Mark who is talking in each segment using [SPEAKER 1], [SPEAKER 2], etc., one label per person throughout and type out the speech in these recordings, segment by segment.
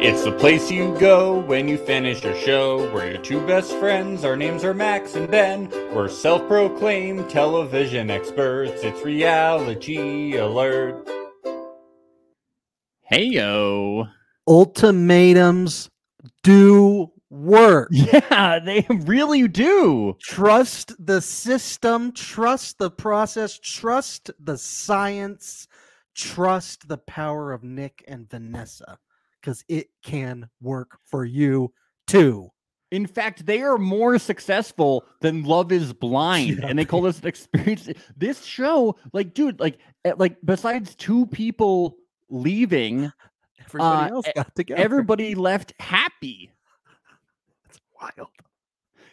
[SPEAKER 1] It's the place you go when you finish your show. We're your two best friends. Our names are Max and Ben. We're self proclaimed television experts. It's reality alert.
[SPEAKER 2] Hey yo.
[SPEAKER 3] ultimatums do work.
[SPEAKER 2] Yeah, they really do.
[SPEAKER 3] Trust the system, trust the process, trust the science, trust the power of Nick and Vanessa because it can work for you too.
[SPEAKER 2] In fact, they are more successful than Love Is Blind,
[SPEAKER 3] Yeah.
[SPEAKER 2] and they call this an experience. This show, like, dude, like, eh, like besides two people leaving,
[SPEAKER 3] Everybody
[SPEAKER 2] Uh,
[SPEAKER 3] else
[SPEAKER 2] e-
[SPEAKER 3] got together.
[SPEAKER 2] everybody left happy.
[SPEAKER 3] It's wild.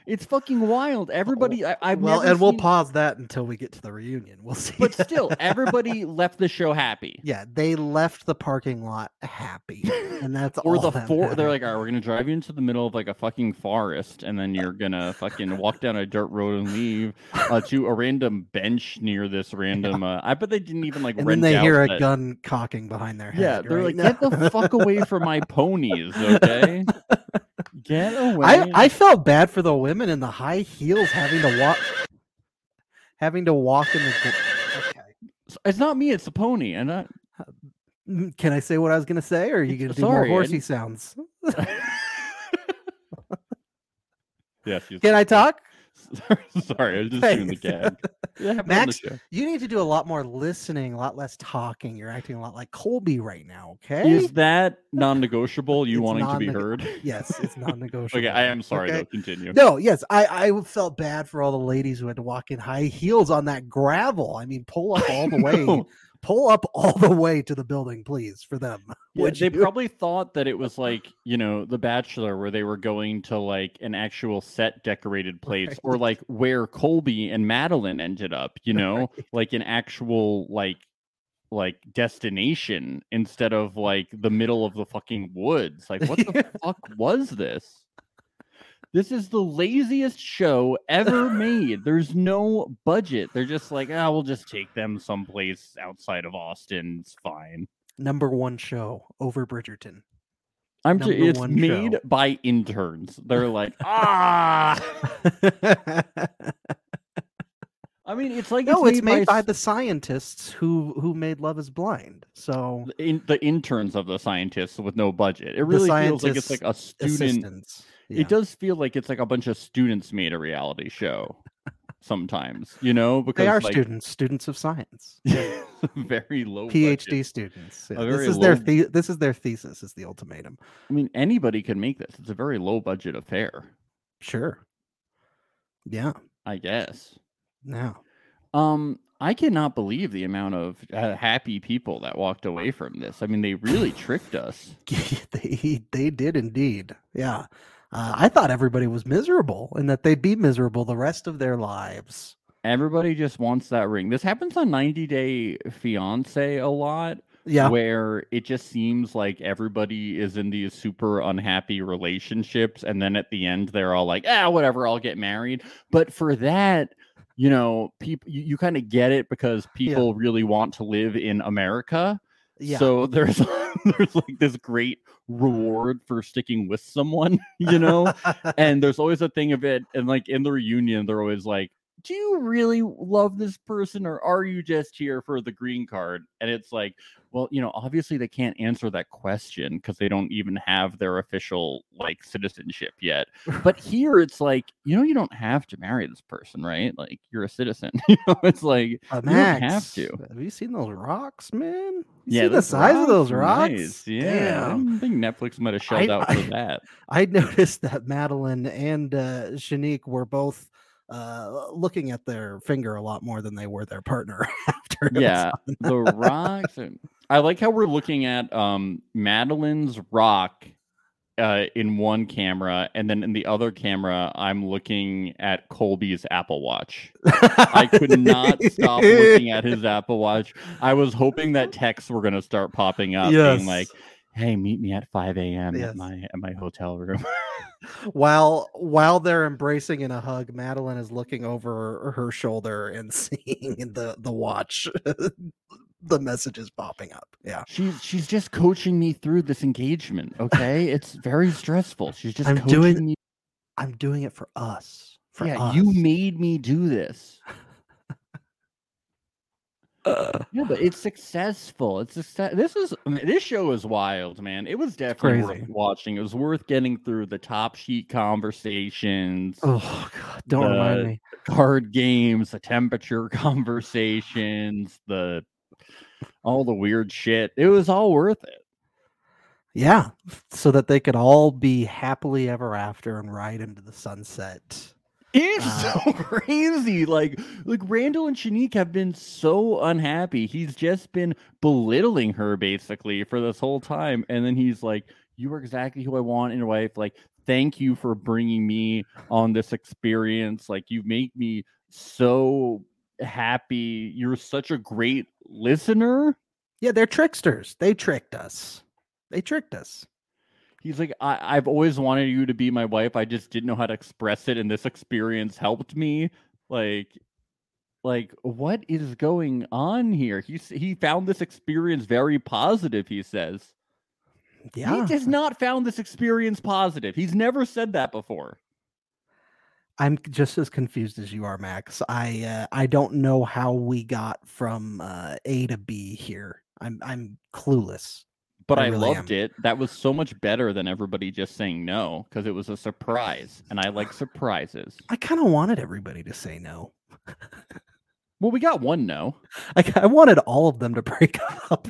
[SPEAKER 2] It's fucking wild. Everybody, I, I've
[SPEAKER 3] Oh, well,
[SPEAKER 2] never
[SPEAKER 3] and we'll
[SPEAKER 2] seen-
[SPEAKER 3] pause that until we get to the reunion. We'll see.
[SPEAKER 2] but still, everybody left the show happy.
[SPEAKER 3] yeah, they left the parking lot happy, and that's
[SPEAKER 2] Or
[SPEAKER 3] all
[SPEAKER 2] the
[SPEAKER 3] that
[SPEAKER 2] four, they're
[SPEAKER 3] matters.
[SPEAKER 2] like, all right, we're gonna drive you into the middle of like a fucking forest, and then you're gonna fucking walk down a dirt road and leave uh, to a random bench near this random. Uh, I bet they didn't even like
[SPEAKER 3] and then
[SPEAKER 2] rent
[SPEAKER 3] they
[SPEAKER 2] out
[SPEAKER 3] hear a
[SPEAKER 2] that-
[SPEAKER 3] gun cocking behind their head.
[SPEAKER 2] Yeah, they're
[SPEAKER 3] right?
[SPEAKER 2] like, get the fuck away from my ponies, okay? Get away.
[SPEAKER 3] I, I felt bad for the women in the high heels having to walk, having to walk in the. gr- Okay.
[SPEAKER 2] it's not me, it's the pony, and I.
[SPEAKER 3] Mm, Can I say what I was gonna say, or are you
[SPEAKER 2] It's-
[SPEAKER 3] gonna do
[SPEAKER 2] sorry, I
[SPEAKER 3] more horsey
[SPEAKER 2] didn't-
[SPEAKER 3] sounds?
[SPEAKER 2] yes. you-
[SPEAKER 3] Can I talk?
[SPEAKER 2] Sorry, I was just doing the
[SPEAKER 3] Thanks.
[SPEAKER 2] gag. It happened on the
[SPEAKER 3] Max,
[SPEAKER 2] show.
[SPEAKER 3] You need to do a lot more listening, a lot less talking. You're acting a lot like Colby right now. Okay.
[SPEAKER 2] Is that non-negotiable? You
[SPEAKER 3] It's
[SPEAKER 2] wanting to be
[SPEAKER 3] non-neg-
[SPEAKER 2] heard?
[SPEAKER 3] Yes, it's non-negotiable.
[SPEAKER 2] Okay, I am sorry.
[SPEAKER 3] okay?
[SPEAKER 2] Though, continue.
[SPEAKER 3] No, yes, I I felt bad for all the ladies who had to walk in high heels on that gravel. I mean, pull up all the way,
[SPEAKER 2] No.
[SPEAKER 3] pull up all the way to the building, please, for them.
[SPEAKER 2] Yeah,
[SPEAKER 3] Would
[SPEAKER 2] they
[SPEAKER 3] you?
[SPEAKER 2] probably thought that it was like you know The Bachelor, where they were going to like an actual set decorated place, or
[SPEAKER 3] Right.
[SPEAKER 2] like where Colby and Madeline ended up. You know, like an actual like like destination instead of like the middle of the fucking woods. Like, what the fuck was this? This is the laziest show ever made. There's no budget. They're just like, ah, we'll just take them someplace outside of Austin. It's fine.
[SPEAKER 3] number one show over Bridgerton.
[SPEAKER 2] I'm just,
[SPEAKER 3] number
[SPEAKER 2] it's
[SPEAKER 3] one
[SPEAKER 2] made
[SPEAKER 3] show.
[SPEAKER 2] by interns. They're like, ah. I mean, it's like
[SPEAKER 3] no, it's made by
[SPEAKER 2] s-
[SPEAKER 3] the scientists who who made Love Is Blind. So
[SPEAKER 2] the in, the interns of the scientists with no budget. It really feels like it's
[SPEAKER 3] scientists'
[SPEAKER 2] like a student.
[SPEAKER 3] assistants. Yeah.
[SPEAKER 2] It does feel like it's like a bunch of students made a reality show. Sometimes, you know, because
[SPEAKER 3] They are
[SPEAKER 2] like,
[SPEAKER 3] students, students of science,
[SPEAKER 2] very low
[SPEAKER 3] PhD
[SPEAKER 2] budget.
[SPEAKER 3] students. Yeah,
[SPEAKER 2] A
[SPEAKER 3] This
[SPEAKER 2] very
[SPEAKER 3] is their
[SPEAKER 2] low-
[SPEAKER 3] the- this is their thesis. Is the ultimatum?
[SPEAKER 2] I mean, anybody can make this. It's a very low budget affair,
[SPEAKER 3] Sure. Yeah.
[SPEAKER 2] I guess.
[SPEAKER 3] No.
[SPEAKER 2] Um, I cannot believe the amount of uh, happy people that walked away from this. I mean, they really tricked us.
[SPEAKER 3] they they did indeed. Yeah. Uh, I thought everybody was miserable and that they'd be miserable the rest of their lives.
[SPEAKER 2] Everybody just wants that ring. This happens on 90 Day Fiance a lot,
[SPEAKER 3] Yeah.
[SPEAKER 2] where it just seems like everybody is in these super unhappy relationships. And then at the end, they're all like, ah, whatever, I'll get married. But for that, you know, people, you, you kind of get it because people really want to live in America.
[SPEAKER 3] yeah.
[SPEAKER 2] So there's there's like this great reward for sticking with someone, you
[SPEAKER 3] Uh,
[SPEAKER 2] know? and there's always a thing of it and like in the reunion they're always like, "Do you really love this person or are you just here for the green card?" And it's like, well, you know, obviously they can't answer that question cuz they don't even have their official like citizenship yet. But here it's like, you know, you don't have to marry this person, right? Like you're a citizen. you know, it's like
[SPEAKER 3] Uh,
[SPEAKER 2] don't have
[SPEAKER 3] Max,
[SPEAKER 2] to.
[SPEAKER 3] Have you seen those rocks, man? You
[SPEAKER 2] yeah,
[SPEAKER 3] see the
[SPEAKER 2] those
[SPEAKER 3] size of those
[SPEAKER 2] are
[SPEAKER 3] rocks.
[SPEAKER 2] nice. Yeah, I
[SPEAKER 3] Damn.
[SPEAKER 2] didn't think Netflix might have shelled
[SPEAKER 3] I-
[SPEAKER 2] out
[SPEAKER 3] I-
[SPEAKER 2] for that.
[SPEAKER 3] I noticed that Madeline and uh, Shanique were both uh, looking at their finger a lot more than they were their partner after. it was
[SPEAKER 2] Yeah, the rocks. and- I like how we're looking at um Madeline's rock uh, in one camera, and then in the other camera, I'm looking at Colby's Apple Watch. I could not stop looking at his Apple Watch. I was hoping that texts were gonna start popping up,
[SPEAKER 3] Yes.
[SPEAKER 2] being like, "Hey, meet me at 5 a.m.
[SPEAKER 3] Yes.
[SPEAKER 2] at my at my hotel room."
[SPEAKER 3] while while they're embracing in a hug, Madeline is looking over her shoulder and seeing the the watch the message is popping up. Yeah.
[SPEAKER 2] She's she's just coaching me through this engagement. Okay, it's very stressful. She's just
[SPEAKER 3] I'm
[SPEAKER 2] coaching
[SPEAKER 3] doing-
[SPEAKER 2] me.
[SPEAKER 3] I'm doing it for us. For
[SPEAKER 2] yeah,
[SPEAKER 3] us.
[SPEAKER 2] you made me do this.
[SPEAKER 3] Uh,
[SPEAKER 2] Yeah, but it's successful. It's success. This is I mean, this show is wild, man. It was definitely worth
[SPEAKER 3] crazy.
[SPEAKER 2] watching. It was worth getting through the top sheet conversations,
[SPEAKER 3] oh god, don't
[SPEAKER 2] The-
[SPEAKER 3] remind me.
[SPEAKER 2] card games, the temperature conversations, the all the weird shit. It was all worth it.
[SPEAKER 3] Yeah, so that they could all be happily ever after and ride into the sunset.
[SPEAKER 2] It's
[SPEAKER 3] Uh,
[SPEAKER 2] so crazy. Like, like Randall and Shanique have been so unhappy. He's just been belittling her basically for this whole time, and then he's like, "You are exactly who I want in your life. Like, thank you for bringing me on this experience. Like, you make me so happy. You're such a great listener."
[SPEAKER 3] Yeah, they're tricksters. They tricked us. They tricked us.
[SPEAKER 2] He's like, I- I've always wanted you to be my wife. I just didn't know how to express it, and this experience helped me. Like, like what is going on here? He s- he found this experience very positive. He says
[SPEAKER 3] Yeah.
[SPEAKER 2] he has not found this experience positive. He's never said that before.
[SPEAKER 3] I'm c- just as confused as you are, Max. I uh, I don't know how we got from uh, A to B here. I'm I'm clueless.
[SPEAKER 2] But
[SPEAKER 3] I
[SPEAKER 2] I,
[SPEAKER 3] really
[SPEAKER 2] loved it. That was so much better than everybody just saying no because it was a surprise, and I like surprises.
[SPEAKER 3] I kind of wanted everybody to say no.
[SPEAKER 2] Well, we got one no.
[SPEAKER 3] Like I wanted all of them to break up.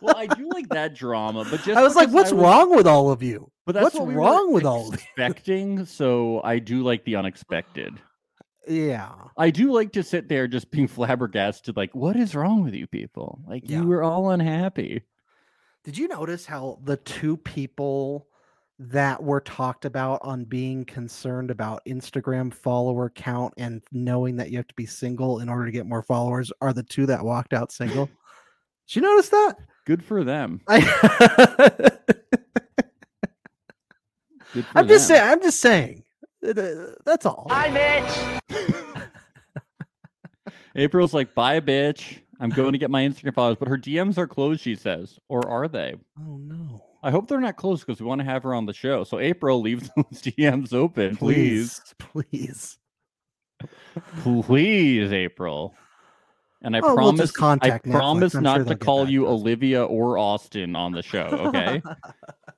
[SPEAKER 2] Well, I do like that drama, but just
[SPEAKER 3] I was like,
[SPEAKER 2] because I
[SPEAKER 3] "Wrong." wrong with all of you?
[SPEAKER 2] But that's
[SPEAKER 3] What's
[SPEAKER 2] what we
[SPEAKER 3] wrong
[SPEAKER 2] were
[SPEAKER 3] with all of you?
[SPEAKER 2] expecting. so I do like the unexpected.
[SPEAKER 3] Yeah.
[SPEAKER 2] I do like to sit there just being flabbergasted, like, what is wrong with you people? Like
[SPEAKER 3] Yeah.
[SPEAKER 2] you were all unhappy.
[SPEAKER 3] Did you notice how the two people that were talked about on being concerned about Instagram follower count and knowing that you have to be single in order to get more followers are the two that walked out single? Did you notice that?
[SPEAKER 2] Good for them.
[SPEAKER 3] I,
[SPEAKER 2] Good for
[SPEAKER 3] I'm just
[SPEAKER 2] them.
[SPEAKER 3] saying. I'm just saying. Th- th- That's all.
[SPEAKER 2] April's like, bye, bitch. I'm going to get my Instagram followers, but her DMs are closed, she says. Or are they?
[SPEAKER 3] oh no!
[SPEAKER 2] I hope they're not closed because we want to have her on the show. So April, leave those DMs open, please.
[SPEAKER 3] please. please.
[SPEAKER 2] Please, April. And I
[SPEAKER 3] Oh, we'll
[SPEAKER 2] promise,
[SPEAKER 3] just contact
[SPEAKER 2] I
[SPEAKER 3] Netflix.
[SPEAKER 2] promise
[SPEAKER 3] I'm
[SPEAKER 2] not
[SPEAKER 3] sure
[SPEAKER 2] to
[SPEAKER 3] they'll get
[SPEAKER 2] call
[SPEAKER 3] back
[SPEAKER 2] you
[SPEAKER 3] to us.
[SPEAKER 2] Olivia or Austin on the show. Okay.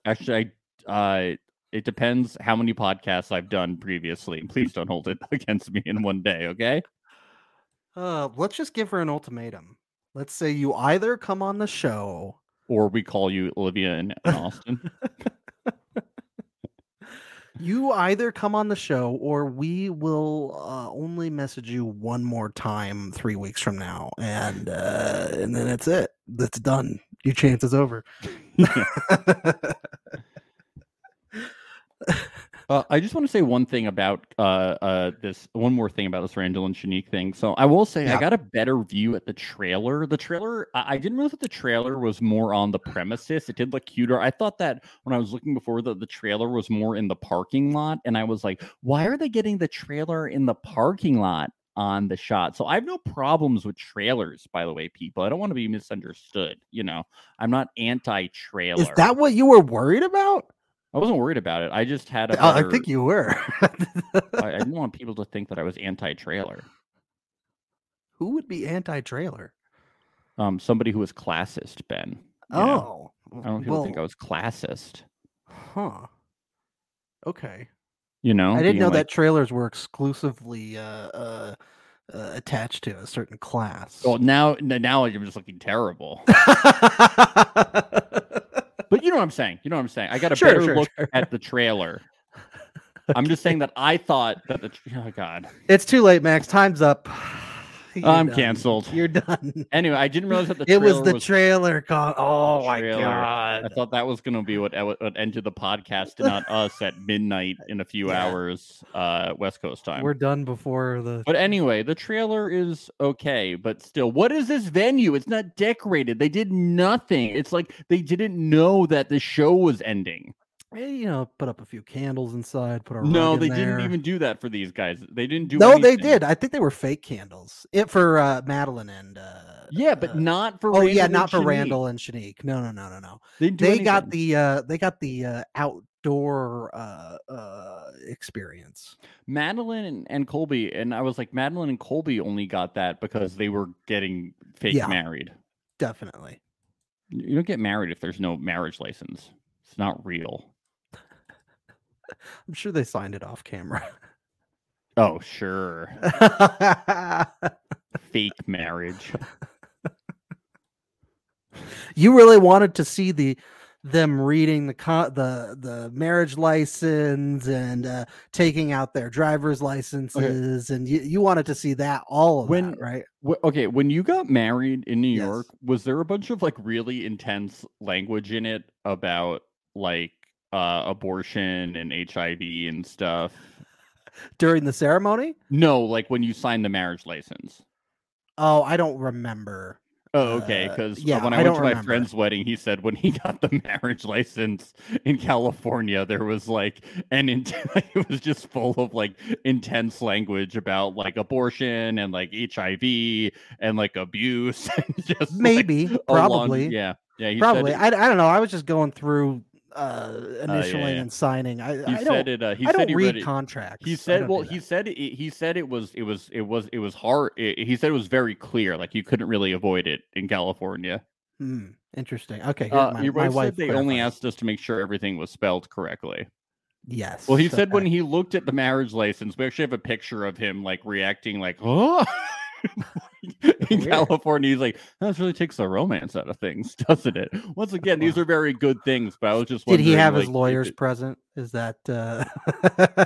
[SPEAKER 2] Actually, I uh, it depends how many podcasts I've done previously. Please don't hold it against me in one day. Okay.
[SPEAKER 3] Uh, let's just give her an ultimatum. Let's say you either come on the show
[SPEAKER 2] Or we call you Olivia and, and Austin.
[SPEAKER 3] You either come on the show or we will uh, only message you one more time three weeks from now, and uh, and then that's it. That's done. Your chance is over.
[SPEAKER 2] Uh, I just want to say one thing about uh, uh, this, one more thing about this Randall and Shanique thing. So I will say I
[SPEAKER 3] Yeah.
[SPEAKER 2] got a better view at the trailer. The trailer, I, I didn't realize that the trailer was more on the premises. It did look cuter. I thought that when I was looking before that the trailer was more in the parking lot, and I was like, why are they getting the trailer in the parking lot on the shot? So I have no problems with trailers, by the way, people. I don't want to be misunderstood. You know, I'm not anti-trailer.
[SPEAKER 3] Is that what you were worried about?
[SPEAKER 2] I wasn't worried about it. I just had a
[SPEAKER 3] Uh, I
[SPEAKER 2] better-
[SPEAKER 3] think you were.
[SPEAKER 2] I, I didn't want people to think that I was anti-trailer.
[SPEAKER 3] Who would be anti-trailer?
[SPEAKER 2] Um, somebody who was classist, Ben. you know?
[SPEAKER 3] Oh,
[SPEAKER 2] I don't people think I was classist.
[SPEAKER 3] huh? Okay,
[SPEAKER 2] You know,
[SPEAKER 3] I didn't
[SPEAKER 2] being
[SPEAKER 3] know
[SPEAKER 2] like,
[SPEAKER 3] that trailers were exclusively uh, uh, uh, attached to a certain class.
[SPEAKER 2] Well, now, n- now I'm just looking terrible. but you know what I'm saying. You know what I'm saying. I got a
[SPEAKER 3] Sure,
[SPEAKER 2] better
[SPEAKER 3] sure,
[SPEAKER 2] look at the trailer. I'm just saying that I thought that the. Tra- oh God,
[SPEAKER 3] It's too late, Max. Time's up. You're
[SPEAKER 2] I'm
[SPEAKER 3] done.
[SPEAKER 2] canceled.
[SPEAKER 3] You're done.
[SPEAKER 2] Anyway, I didn't realize that the
[SPEAKER 3] it
[SPEAKER 2] trailer
[SPEAKER 3] was the trailer con. Oh my
[SPEAKER 2] Trailer. I
[SPEAKER 3] god.
[SPEAKER 2] thought that was going to be what, what ended the podcast, and not us, at midnight in a few
[SPEAKER 3] Yeah.
[SPEAKER 2] hours, uh, West Coast time.
[SPEAKER 3] We're done before the.
[SPEAKER 2] But anyway, the trailer is okay, but still, what is this venue? It's not decorated. They did nothing. It's like they didn't know that the show was ending.
[SPEAKER 3] eh, you know, put up a few candles inside, put a
[SPEAKER 2] No,
[SPEAKER 3] rug
[SPEAKER 2] they
[SPEAKER 3] in
[SPEAKER 2] didn't
[SPEAKER 3] there.
[SPEAKER 2] even do that for these guys. They didn't do.
[SPEAKER 3] no, they
[SPEAKER 2] anything.
[SPEAKER 3] did. I think they were fake candles. It for uh, Madeline and uh,
[SPEAKER 2] Yeah, but
[SPEAKER 3] uh,
[SPEAKER 2] not for.
[SPEAKER 3] oh yeah,
[SPEAKER 2] Randall
[SPEAKER 3] not for
[SPEAKER 2] and Shanique.
[SPEAKER 3] Randall and Shanique. No, no, no, no, no.
[SPEAKER 2] They, didn't do
[SPEAKER 3] they got
[SPEAKER 2] anything.
[SPEAKER 3] the uh, they got the uh, outdoor uh, uh, experience.
[SPEAKER 2] Madeline and, and Colby, and I was like, Madeline and Colby only got that because they were getting fake
[SPEAKER 3] Yeah.
[SPEAKER 2] married.
[SPEAKER 3] Definitely.
[SPEAKER 2] You you don't get married if there's no marriage license. It's not real.
[SPEAKER 3] I'm sure they signed it off camera.
[SPEAKER 2] Oh sure, fake marriage.
[SPEAKER 3] you really wanted to see the them reading the co- the the marriage license and uh, taking out their driver's licenses, and you, you wanted to see that all of
[SPEAKER 2] When-
[SPEAKER 3] that, right?
[SPEAKER 2] Wh- Okay, when you got married in New
[SPEAKER 3] Yes.
[SPEAKER 2] York, was there a bunch of like really intense language in it about like uh, abortion and HIV and stuff?
[SPEAKER 3] During the ceremony.
[SPEAKER 2] No, like when you signed the marriage license.
[SPEAKER 3] Oh, I don't remember.
[SPEAKER 2] Oh, okay.
[SPEAKER 3] Uh,
[SPEAKER 2] Because
[SPEAKER 3] yeah,
[SPEAKER 2] when I,
[SPEAKER 3] I
[SPEAKER 2] went
[SPEAKER 3] don't
[SPEAKER 2] to my
[SPEAKER 3] remember.
[SPEAKER 2] friend's wedding, he said when he got the marriage license in California, there was like an int- it was just full of like intense language about like abortion and like HIV and like abuse. and just like,
[SPEAKER 3] Maybe,
[SPEAKER 2] a long-
[SPEAKER 3] probably.
[SPEAKER 2] yeah, yeah. He
[SPEAKER 3] Probably.
[SPEAKER 2] Said Oh,
[SPEAKER 3] I, I don't know. I was just going through uh initialing
[SPEAKER 2] yeah.
[SPEAKER 3] and signing. I,
[SPEAKER 2] it, he
[SPEAKER 3] I
[SPEAKER 2] said
[SPEAKER 3] don't
[SPEAKER 2] it. Uh, he
[SPEAKER 3] I
[SPEAKER 2] said
[SPEAKER 3] don't
[SPEAKER 2] he read
[SPEAKER 3] read
[SPEAKER 2] it.
[SPEAKER 3] contracts.
[SPEAKER 2] He
[SPEAKER 3] I
[SPEAKER 2] said,
[SPEAKER 3] don't
[SPEAKER 2] "Well,
[SPEAKER 3] do
[SPEAKER 2] he
[SPEAKER 3] that.
[SPEAKER 2] said it, he said it was it was it was it was hard. It, he said it was very clear. Like you couldn't really avoid it in California."
[SPEAKER 3] Hmm, interesting. Okay, here's
[SPEAKER 2] Uh,
[SPEAKER 3] my,
[SPEAKER 2] your
[SPEAKER 3] my
[SPEAKER 2] wife,
[SPEAKER 3] wife
[SPEAKER 2] said they only
[SPEAKER 3] clarified.
[SPEAKER 2] asked us to make sure everything was spelled correctly.
[SPEAKER 3] Yes.
[SPEAKER 2] Well, he said when he looked at the marriage license, we actually have a picture of him like reacting like, oh. In
[SPEAKER 3] Weird.
[SPEAKER 2] California, he's like, "That really takes the romance out of things, doesn't it?" Once again, these
[SPEAKER 3] Wow.
[SPEAKER 2] are very good things, but I was just
[SPEAKER 3] did he
[SPEAKER 2] wondering,
[SPEAKER 3] have his
[SPEAKER 2] like, if
[SPEAKER 3] lawyers
[SPEAKER 2] it-
[SPEAKER 3] present? Is that uh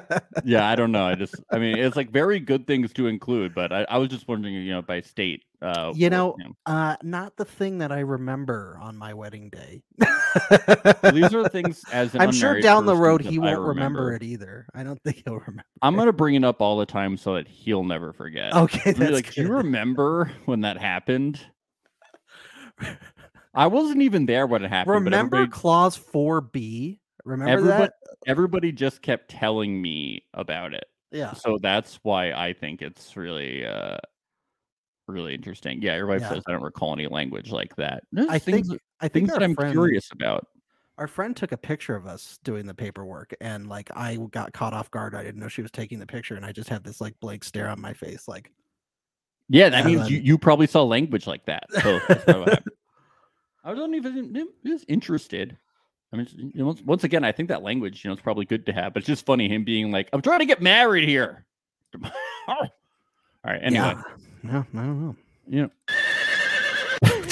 [SPEAKER 2] yeah, I don't know. I just, I mean, it's like very good things to include, but I, I was just wondering, you know, by state. Uh,
[SPEAKER 3] You
[SPEAKER 2] what,
[SPEAKER 3] know,
[SPEAKER 2] know.
[SPEAKER 3] uh not the thing that I remember on my wedding day?
[SPEAKER 2] So these are things as an
[SPEAKER 3] I'm sure
[SPEAKER 2] unmarried
[SPEAKER 3] down the
[SPEAKER 2] person
[SPEAKER 3] road
[SPEAKER 2] that
[SPEAKER 3] he
[SPEAKER 2] I
[SPEAKER 3] won't remember it either. I don't think he'll remember.
[SPEAKER 2] I'm gonna bring it up all the time so that he'll never forget.
[SPEAKER 3] Okay,
[SPEAKER 2] I'd be
[SPEAKER 3] Oh, that's
[SPEAKER 2] like, do you
[SPEAKER 3] good.
[SPEAKER 2] remember when that happened? I wasn't even there when it happened.
[SPEAKER 3] remember
[SPEAKER 2] but everybody,
[SPEAKER 3] clause 4b remember
[SPEAKER 2] Everybody-
[SPEAKER 3] that
[SPEAKER 2] everybody just kept telling me about it,
[SPEAKER 3] yeah
[SPEAKER 2] so that's why I think it's really, uh, really interesting. Yeah, your wife
[SPEAKER 3] Yeah.
[SPEAKER 2] says I don't recall any language like that. There's
[SPEAKER 3] i think
[SPEAKER 2] things,
[SPEAKER 3] i think
[SPEAKER 2] things
[SPEAKER 3] our
[SPEAKER 2] that I'm
[SPEAKER 3] friend,
[SPEAKER 2] curious about.
[SPEAKER 3] our friend took a picture of us doing the paperwork and like i w- got caught off guard i didn't know she was taking the picture and i just had this like blank stare on my face like
[SPEAKER 2] Yeah, that
[SPEAKER 3] Yeah,
[SPEAKER 2] means you,
[SPEAKER 3] then-
[SPEAKER 2] you probably saw language like that. So that's probably what happened. I don't even just interested. I mean, you know, once, once again, I think that language, you know, it's probably good to have. But it's just funny him being like, "I'm trying to get married here." All right. Anyway,
[SPEAKER 3] yeah no i don't know
[SPEAKER 2] you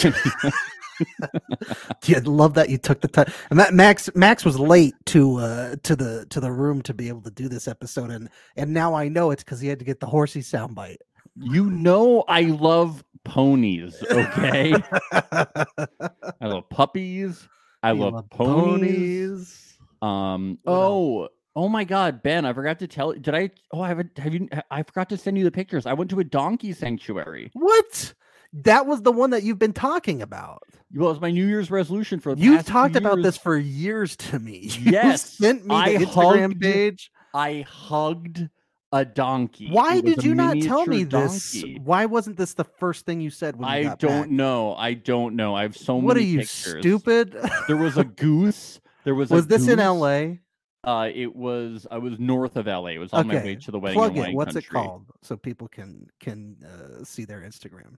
[SPEAKER 2] know,
[SPEAKER 3] Yeah, I love that you took the time. And that Max Max was late to uh to the to the room to be able to do this episode, and and now I know it's because he had to get the horsey soundbite.
[SPEAKER 2] you know, I love ponies. Okay, I love puppies. I
[SPEAKER 3] You
[SPEAKER 2] love,
[SPEAKER 3] love
[SPEAKER 2] ponies. Um.
[SPEAKER 3] What
[SPEAKER 2] oh.
[SPEAKER 3] else?
[SPEAKER 2] Oh my God, Ben! I forgot to tell. Did I? Oh, I haven't. Have you? I forgot to send you the pictures. I went to a donkey sanctuary.
[SPEAKER 3] What? That was the one that you've been talking about.
[SPEAKER 2] Well, it's my New Year's resolution for. The
[SPEAKER 3] You've
[SPEAKER 2] past two
[SPEAKER 3] talked about
[SPEAKER 2] years.
[SPEAKER 3] this for years to me. You
[SPEAKER 2] Yes,
[SPEAKER 3] sent me
[SPEAKER 2] I
[SPEAKER 3] the Instagram
[SPEAKER 2] hugged-
[SPEAKER 3] page.
[SPEAKER 2] I hugged a donkey.
[SPEAKER 3] Why
[SPEAKER 2] It was
[SPEAKER 3] did
[SPEAKER 2] a
[SPEAKER 3] you not tell me
[SPEAKER 2] miniature
[SPEAKER 3] this?
[SPEAKER 2] donkey.
[SPEAKER 3] Why wasn't this the first thing you said when you
[SPEAKER 2] I
[SPEAKER 3] got
[SPEAKER 2] don't
[SPEAKER 3] back?
[SPEAKER 2] know. I don't know. I have so
[SPEAKER 3] What are
[SPEAKER 2] many.
[SPEAKER 3] you
[SPEAKER 2] pictures.
[SPEAKER 3] stupid?
[SPEAKER 2] There was a goose. There was. a
[SPEAKER 3] was this in
[SPEAKER 2] goose.
[SPEAKER 3] L.A.?
[SPEAKER 2] Uh, it was. I was north of LA. It was on my way
[SPEAKER 3] Okay,
[SPEAKER 2] to the wedding.
[SPEAKER 3] Plug
[SPEAKER 2] in
[SPEAKER 3] it.
[SPEAKER 2] wine
[SPEAKER 3] What's it
[SPEAKER 2] country.
[SPEAKER 3] called so people can can uh, see their Instagram?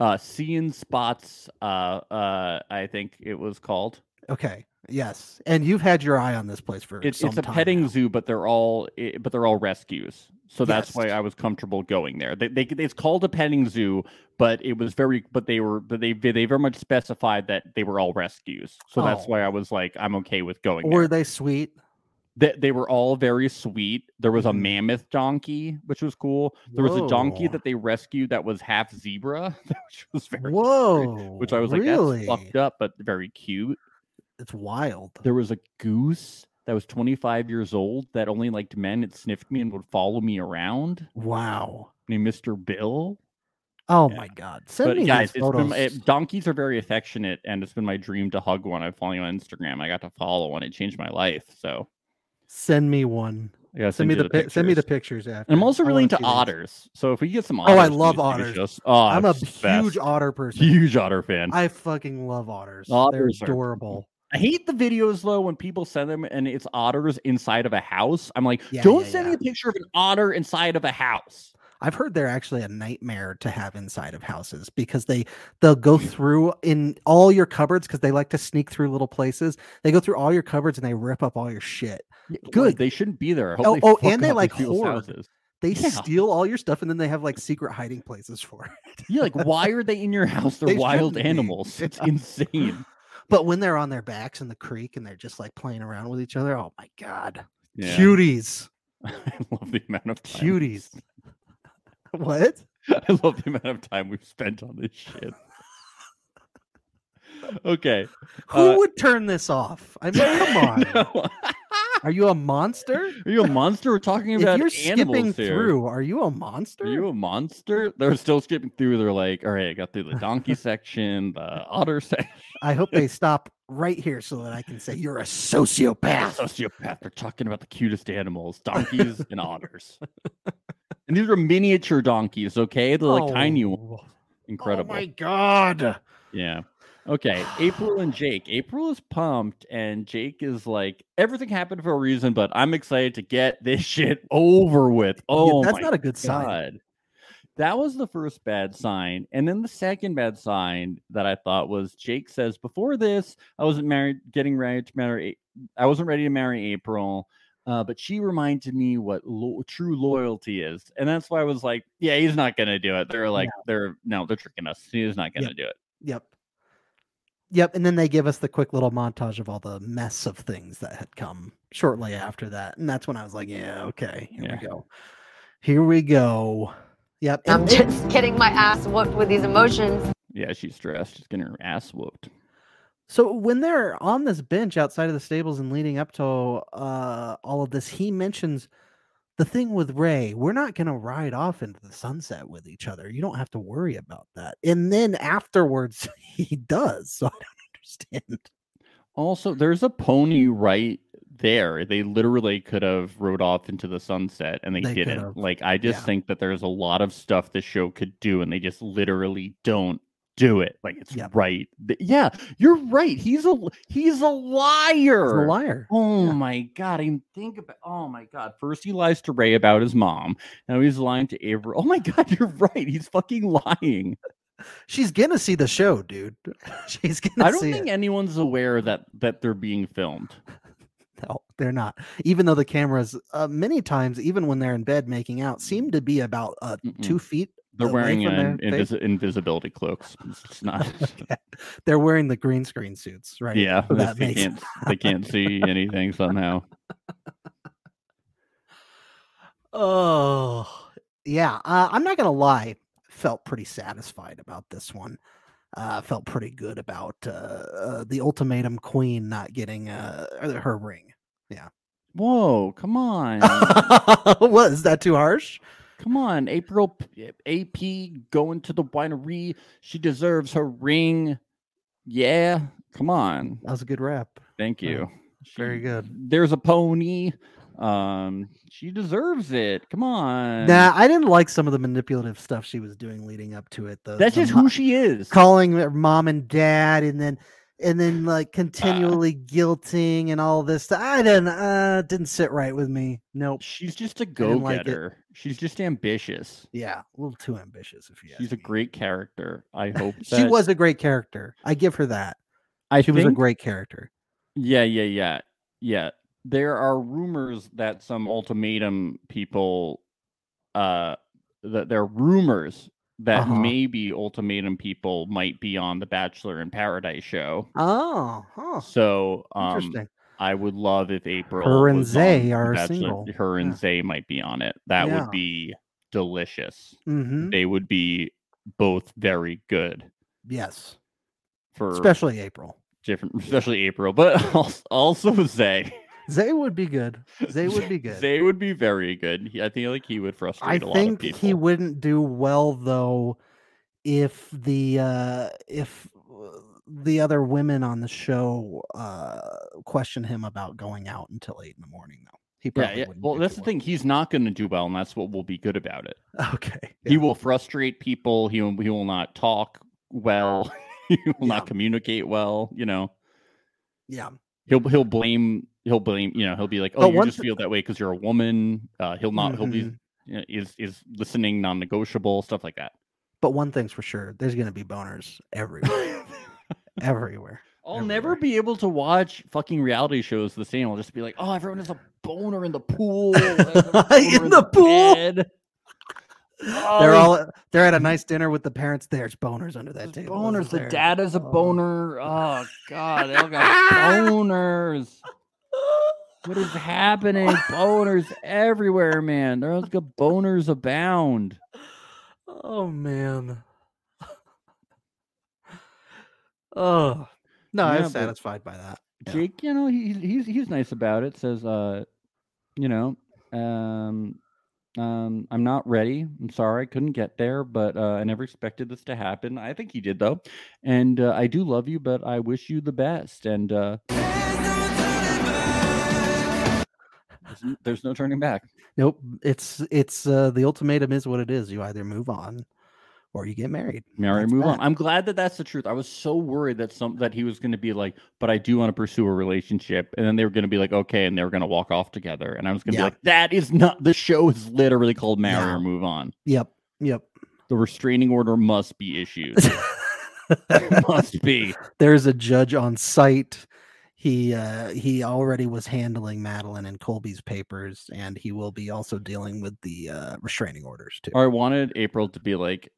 [SPEAKER 2] Uh, seeing spots. Uh, uh, I think it was called.
[SPEAKER 3] Okay. Yes, and you've had your eye on this place for
[SPEAKER 2] It's
[SPEAKER 3] some
[SPEAKER 2] it's a
[SPEAKER 3] time
[SPEAKER 2] petting
[SPEAKER 3] now.
[SPEAKER 2] zoo, but they're all i but they're all rescues. So that's why
[SPEAKER 3] Yes.
[SPEAKER 2] I was comfortable going there. They, they it's called a petting zoo, but it was very but they were but they they very much specified that they were all rescues. So that's
[SPEAKER 3] Oh.
[SPEAKER 2] why I was like I'm okay with going
[SPEAKER 3] Were
[SPEAKER 2] there.
[SPEAKER 3] they sweet?
[SPEAKER 2] They, they were all very sweet. There was a
[SPEAKER 3] Mhm.
[SPEAKER 2] mammoth donkey, which was cool. There was a donkey
[SPEAKER 3] Whoa.
[SPEAKER 2] that they rescued that was half zebra, which was very
[SPEAKER 3] Whoa!
[SPEAKER 2] which I was like
[SPEAKER 3] really?
[SPEAKER 2] that's fucked up but very cute.
[SPEAKER 3] It's wild.
[SPEAKER 2] there was a goose that was 25 years old that only liked men. It sniffed me and would follow me around.
[SPEAKER 3] Wow.
[SPEAKER 2] Named Mr. Bill.
[SPEAKER 3] Oh
[SPEAKER 2] Yeah.
[SPEAKER 3] my god. Send
[SPEAKER 2] But
[SPEAKER 3] me
[SPEAKER 2] guys,
[SPEAKER 3] these
[SPEAKER 2] it's been
[SPEAKER 3] photos.
[SPEAKER 2] my, it- donkeys are very affectionate, and it's been my dream to hug one. I follow you on Instagram. I got to follow one. It changed my life. So
[SPEAKER 3] send me one.
[SPEAKER 2] I gotta
[SPEAKER 3] Send me
[SPEAKER 2] you
[SPEAKER 3] the, pi- send me the
[SPEAKER 2] pictures.
[SPEAKER 3] pictures after.
[SPEAKER 2] And I'm also
[SPEAKER 3] I
[SPEAKER 2] really
[SPEAKER 3] wanna
[SPEAKER 2] into
[SPEAKER 3] see these.
[SPEAKER 2] otters. So if we get some
[SPEAKER 3] I
[SPEAKER 2] otters, on
[SPEAKER 3] love
[SPEAKER 2] these TV
[SPEAKER 3] otters.
[SPEAKER 2] shows- oh,
[SPEAKER 3] I'm a
[SPEAKER 2] it's the
[SPEAKER 3] huge
[SPEAKER 2] best.
[SPEAKER 3] otter person.
[SPEAKER 2] huge otter fan. I,
[SPEAKER 3] I fucking love otters.
[SPEAKER 2] Otters are-
[SPEAKER 3] They're adorable.
[SPEAKER 2] hate the videos though when people send them and it's otters inside of a house. I'm like,
[SPEAKER 3] Yeah,
[SPEAKER 2] don't
[SPEAKER 3] yeah,
[SPEAKER 2] send
[SPEAKER 3] yeah.
[SPEAKER 2] me a picture of an otter inside of a house.
[SPEAKER 3] I've heard they're actually a nightmare to have inside of houses because they they'll go through in all your cupboards because they like to sneak through little places. They go through all your cupboards and they rip up all your shit.
[SPEAKER 2] Like,
[SPEAKER 3] Good.
[SPEAKER 2] they shouldn't be there. I
[SPEAKER 3] Oh,
[SPEAKER 2] hope
[SPEAKER 3] oh,
[SPEAKER 2] fuck
[SPEAKER 3] and
[SPEAKER 2] up
[SPEAKER 3] they,
[SPEAKER 2] these
[SPEAKER 3] like,
[SPEAKER 2] people's
[SPEAKER 3] hoard.
[SPEAKER 2] houses.
[SPEAKER 3] They
[SPEAKER 2] Yeah.
[SPEAKER 3] steal all your stuff and then they have like secret hiding places for it.
[SPEAKER 2] Yeah, like why are they in your house? They're
[SPEAKER 3] They
[SPEAKER 2] wild
[SPEAKER 3] shouldn't be.
[SPEAKER 2] animals. It's insane.
[SPEAKER 3] But when they're on their backs in the creek and they're just like playing around with each other, oh my god,
[SPEAKER 2] Yeah.
[SPEAKER 3] cuties,
[SPEAKER 2] I love the amount of time.
[SPEAKER 3] cuties. what?
[SPEAKER 2] I love the amount of time we've spent on this shit. Okay.
[SPEAKER 3] Who
[SPEAKER 2] Uh,
[SPEAKER 3] would turn this off? I mean, come on.
[SPEAKER 2] No.
[SPEAKER 3] Are you a monster?
[SPEAKER 2] Are you a monster? We're talking
[SPEAKER 3] If
[SPEAKER 2] about
[SPEAKER 3] you're skipping
[SPEAKER 2] animals here.
[SPEAKER 3] through, are you a monster?
[SPEAKER 2] Are you a monster? They're still skipping through. They're like, all right, I got through the donkey section, the otter section.
[SPEAKER 3] I hope they stop right here so that I can say you're a sociopath.
[SPEAKER 2] Sociopath. They're talking about the cutest animals, donkeys and otters. And these are miniature donkeys, okay? They're like tiny ones.
[SPEAKER 3] Oh,
[SPEAKER 2] Incredible.
[SPEAKER 3] Oh my god.
[SPEAKER 2] Yeah. Okay. April and Jake. April is pumped, and Jake is like, everything happened for a reason, but I'm excited to get this shit over with. Oh,
[SPEAKER 3] that's
[SPEAKER 2] my
[SPEAKER 3] not a good sign.
[SPEAKER 2] God. That was the first bad sign. And then the second bad sign that I thought was Jake says, Before this, I wasn't married, getting ready to marry, A- I wasn't ready to marry April. Uh, but she reminded me what lo- true loyalty is, and that's why I was like, "Yeah, he's not gonna do it." They're like, "They're no, they're tricking us. He's not gonna do it."
[SPEAKER 3] Yep. Yep. And then they give us the quick little montage of all the mess of things that had come shortly after that. And that's when I was like, yeah, okay, here
[SPEAKER 2] Yeah.
[SPEAKER 3] we go. Here we go. Yep.
[SPEAKER 4] I'm
[SPEAKER 3] and-
[SPEAKER 4] just getting my ass whooped with these emotions.
[SPEAKER 2] Yeah, she's stressed. She's getting her ass whooped.
[SPEAKER 3] So when they're on this bench outside of the stables and leading up to uh, all of this, he mentions the thing with Ray. We're not going to ride off into the sunset with each other. You don't have to worry about that. And then afterwards, he does. So I don't understand.
[SPEAKER 2] Also, there's a pony right there. They literally could have rode off into the sunset and they,
[SPEAKER 3] They could
[SPEAKER 2] didn't.
[SPEAKER 3] have.
[SPEAKER 2] Like, I just
[SPEAKER 3] Yeah.
[SPEAKER 2] think that there's a lot of stuff this show could do and they just literally don't do it. Like, it's
[SPEAKER 3] Yep.
[SPEAKER 2] right. th- Yeah, you're right. He's a he's a
[SPEAKER 3] He's a
[SPEAKER 2] liar.
[SPEAKER 3] liar.
[SPEAKER 2] Oh
[SPEAKER 3] Yeah.
[SPEAKER 2] my god! I didn't think about. Oh my god! First he lies to Ray about his mom. Now he's lying to Avery. Oh my god! You're right. He's fucking lying.
[SPEAKER 3] She's going to see the show, dude. She's going to see
[SPEAKER 2] I don't think
[SPEAKER 3] it.
[SPEAKER 2] anyone's aware that that they're being filmed.
[SPEAKER 3] No, they're not. Even though the cameras, uh, many times, even when they're in bed making out, seem to be about uh,
[SPEAKER 2] Mm-mm.
[SPEAKER 3] two feet
[SPEAKER 2] They're
[SPEAKER 3] Away
[SPEAKER 2] wearing
[SPEAKER 3] from
[SPEAKER 2] an
[SPEAKER 3] their face?
[SPEAKER 2] invis- invisibility cloaks. It's just not.
[SPEAKER 3] they're wearing the green screen suits, right?
[SPEAKER 2] Yeah,
[SPEAKER 3] So that
[SPEAKER 2] they
[SPEAKER 3] makes
[SPEAKER 2] can't. They can't see anything somehow.
[SPEAKER 3] Oh, yeah. Uh, I'm not gonna lie. Felt pretty satisfied about this one. Uh, felt pretty good about uh, uh, the ultimatum queen not getting uh, uh, her ring.
[SPEAKER 2] Whoa! Come on, Mm.
[SPEAKER 3] what is that too harsh?
[SPEAKER 2] come on, April P- AP going to the winery. She deserves her ring. Yeah, come on.
[SPEAKER 3] That was a good rap.
[SPEAKER 2] Thank
[SPEAKER 3] Uh,
[SPEAKER 2] you.
[SPEAKER 3] very
[SPEAKER 2] She-
[SPEAKER 3] good.
[SPEAKER 2] There's a pony. Um, she deserves it. Come on.
[SPEAKER 3] Nah, I didn't like some of the manipulative stuff she was doing leading up to it. Though
[SPEAKER 2] that's just who she is.
[SPEAKER 3] calling her mom and dad, and then and then
[SPEAKER 2] Uh.
[SPEAKER 3] like continually guilting and all this. I didn't uh, didn't sit right with me. Nope.
[SPEAKER 2] She's just a
[SPEAKER 3] didn't like it.
[SPEAKER 2] go-getter. She's just ambitious.
[SPEAKER 3] Yeah, a little too ambitious. If you ask
[SPEAKER 2] She's a
[SPEAKER 3] me.
[SPEAKER 2] great character. I hope
[SPEAKER 3] she
[SPEAKER 2] that-
[SPEAKER 3] was a great character. I give her that.
[SPEAKER 2] I
[SPEAKER 3] She was a
[SPEAKER 2] think-
[SPEAKER 3] great character.
[SPEAKER 2] Yeah, yeah, yeah, yeah. There are rumors that some ultimatum people, uh, that there are rumors that
[SPEAKER 3] Uh-huh.
[SPEAKER 2] maybe ultimatum people might be on the Bachelor in Paradise show.
[SPEAKER 3] Oh, huh.
[SPEAKER 2] So, um,
[SPEAKER 3] interesting.
[SPEAKER 2] I would love if April
[SPEAKER 3] Her and
[SPEAKER 2] was
[SPEAKER 3] Zay
[SPEAKER 2] on The
[SPEAKER 3] are
[SPEAKER 2] Bachelor.
[SPEAKER 3] single.
[SPEAKER 2] Her and
[SPEAKER 3] Yeah.
[SPEAKER 2] Zay might be on it. That
[SPEAKER 3] Yeah.
[SPEAKER 2] would be delicious.
[SPEAKER 3] hmm
[SPEAKER 2] They would be both very good.
[SPEAKER 3] Yes,
[SPEAKER 2] for
[SPEAKER 3] especially April.
[SPEAKER 2] different, especially April, but als- also Zay.
[SPEAKER 3] Zay would be good. Zay would be good.
[SPEAKER 2] Zay would be very good. He, I feel like he would
[SPEAKER 3] I
[SPEAKER 2] frustrate a lot of
[SPEAKER 3] think
[SPEAKER 2] people.
[SPEAKER 3] he wouldn't do well though if the uh if uh, the other women on the show uh question him about going out until eight in the morning though he
[SPEAKER 2] Yeah,
[SPEAKER 3] probably
[SPEAKER 2] yeah.
[SPEAKER 3] wouldn't
[SPEAKER 2] Well,
[SPEAKER 3] if
[SPEAKER 2] that's
[SPEAKER 3] he
[SPEAKER 2] the thing. He's not going to do well, and that's what will be good about it.
[SPEAKER 3] wasn't. okay
[SPEAKER 2] He
[SPEAKER 3] yeah.
[SPEAKER 2] will frustrate people. He will, he will not talk well. he will not
[SPEAKER 3] Yeah.
[SPEAKER 2] communicate well. You know,
[SPEAKER 3] yeah
[SPEAKER 2] he'll he'll blame he'll blame you know he'll be like, oh,
[SPEAKER 3] But
[SPEAKER 2] you
[SPEAKER 3] one
[SPEAKER 2] just
[SPEAKER 3] thi-
[SPEAKER 2] feel that way because you're a woman. Uh, he'll not he'll be
[SPEAKER 3] Mhm.
[SPEAKER 2] you know, is is listening non-negotiable stuff like that.
[SPEAKER 3] but one thing's for sure there's gonna be boners everywhere everywhere
[SPEAKER 2] I'll
[SPEAKER 3] Everywhere.
[SPEAKER 2] never be able to watch fucking reality shows the same. I'll just be like, oh, everyone has a boner in the pool. everyone has a boner
[SPEAKER 3] In the pool?
[SPEAKER 2] bed. Oh,
[SPEAKER 3] they're all they're at a nice dinner with the parents there's boners under that
[SPEAKER 2] There's
[SPEAKER 3] table
[SPEAKER 2] boners.
[SPEAKER 3] isn't
[SPEAKER 2] The
[SPEAKER 3] there?
[SPEAKER 2] dad is a
[SPEAKER 3] Oh.
[SPEAKER 2] boner. Oh god, they all got boners. What is happening? Boners everywhere, man. There's got boners abound.
[SPEAKER 3] Oh man. oh no,
[SPEAKER 2] Yeah,
[SPEAKER 3] I'm
[SPEAKER 2] but-
[SPEAKER 3] satisfied by that. Yeah.
[SPEAKER 2] Jake, you know, he, he's he's nice about it. Says, uh, you know, um, um, I'm not ready. I'm sorry, I couldn't get there, but uh, I never expected this to happen. I think he did though, and uh, I do love you, but I wish you the best. And uh, there's n- there's no turning back.
[SPEAKER 3] Nope, it's it's uh, the ultimatum is what it is. You either move on or you get married.
[SPEAKER 2] Mary,
[SPEAKER 3] That's
[SPEAKER 2] move on.
[SPEAKER 3] that.
[SPEAKER 2] I'm glad that that's the truth. I was so worried that some that he was going to be like, but I do want to pursue a relationship, and then they were going to be like, okay, and they were going to walk off together, and I was going to be
[SPEAKER 3] Yeah.
[SPEAKER 2] like, that is not the show is literally called Marry or
[SPEAKER 3] No.
[SPEAKER 2] Move On.
[SPEAKER 3] Yep, yep.
[SPEAKER 2] The restraining order must be issued. It must be.
[SPEAKER 3] There's a judge on site. He uh, he already was handling Madeline and Colby's papers, and he will be also dealing with the uh, restraining orders too.
[SPEAKER 2] Or I wanted April to be like,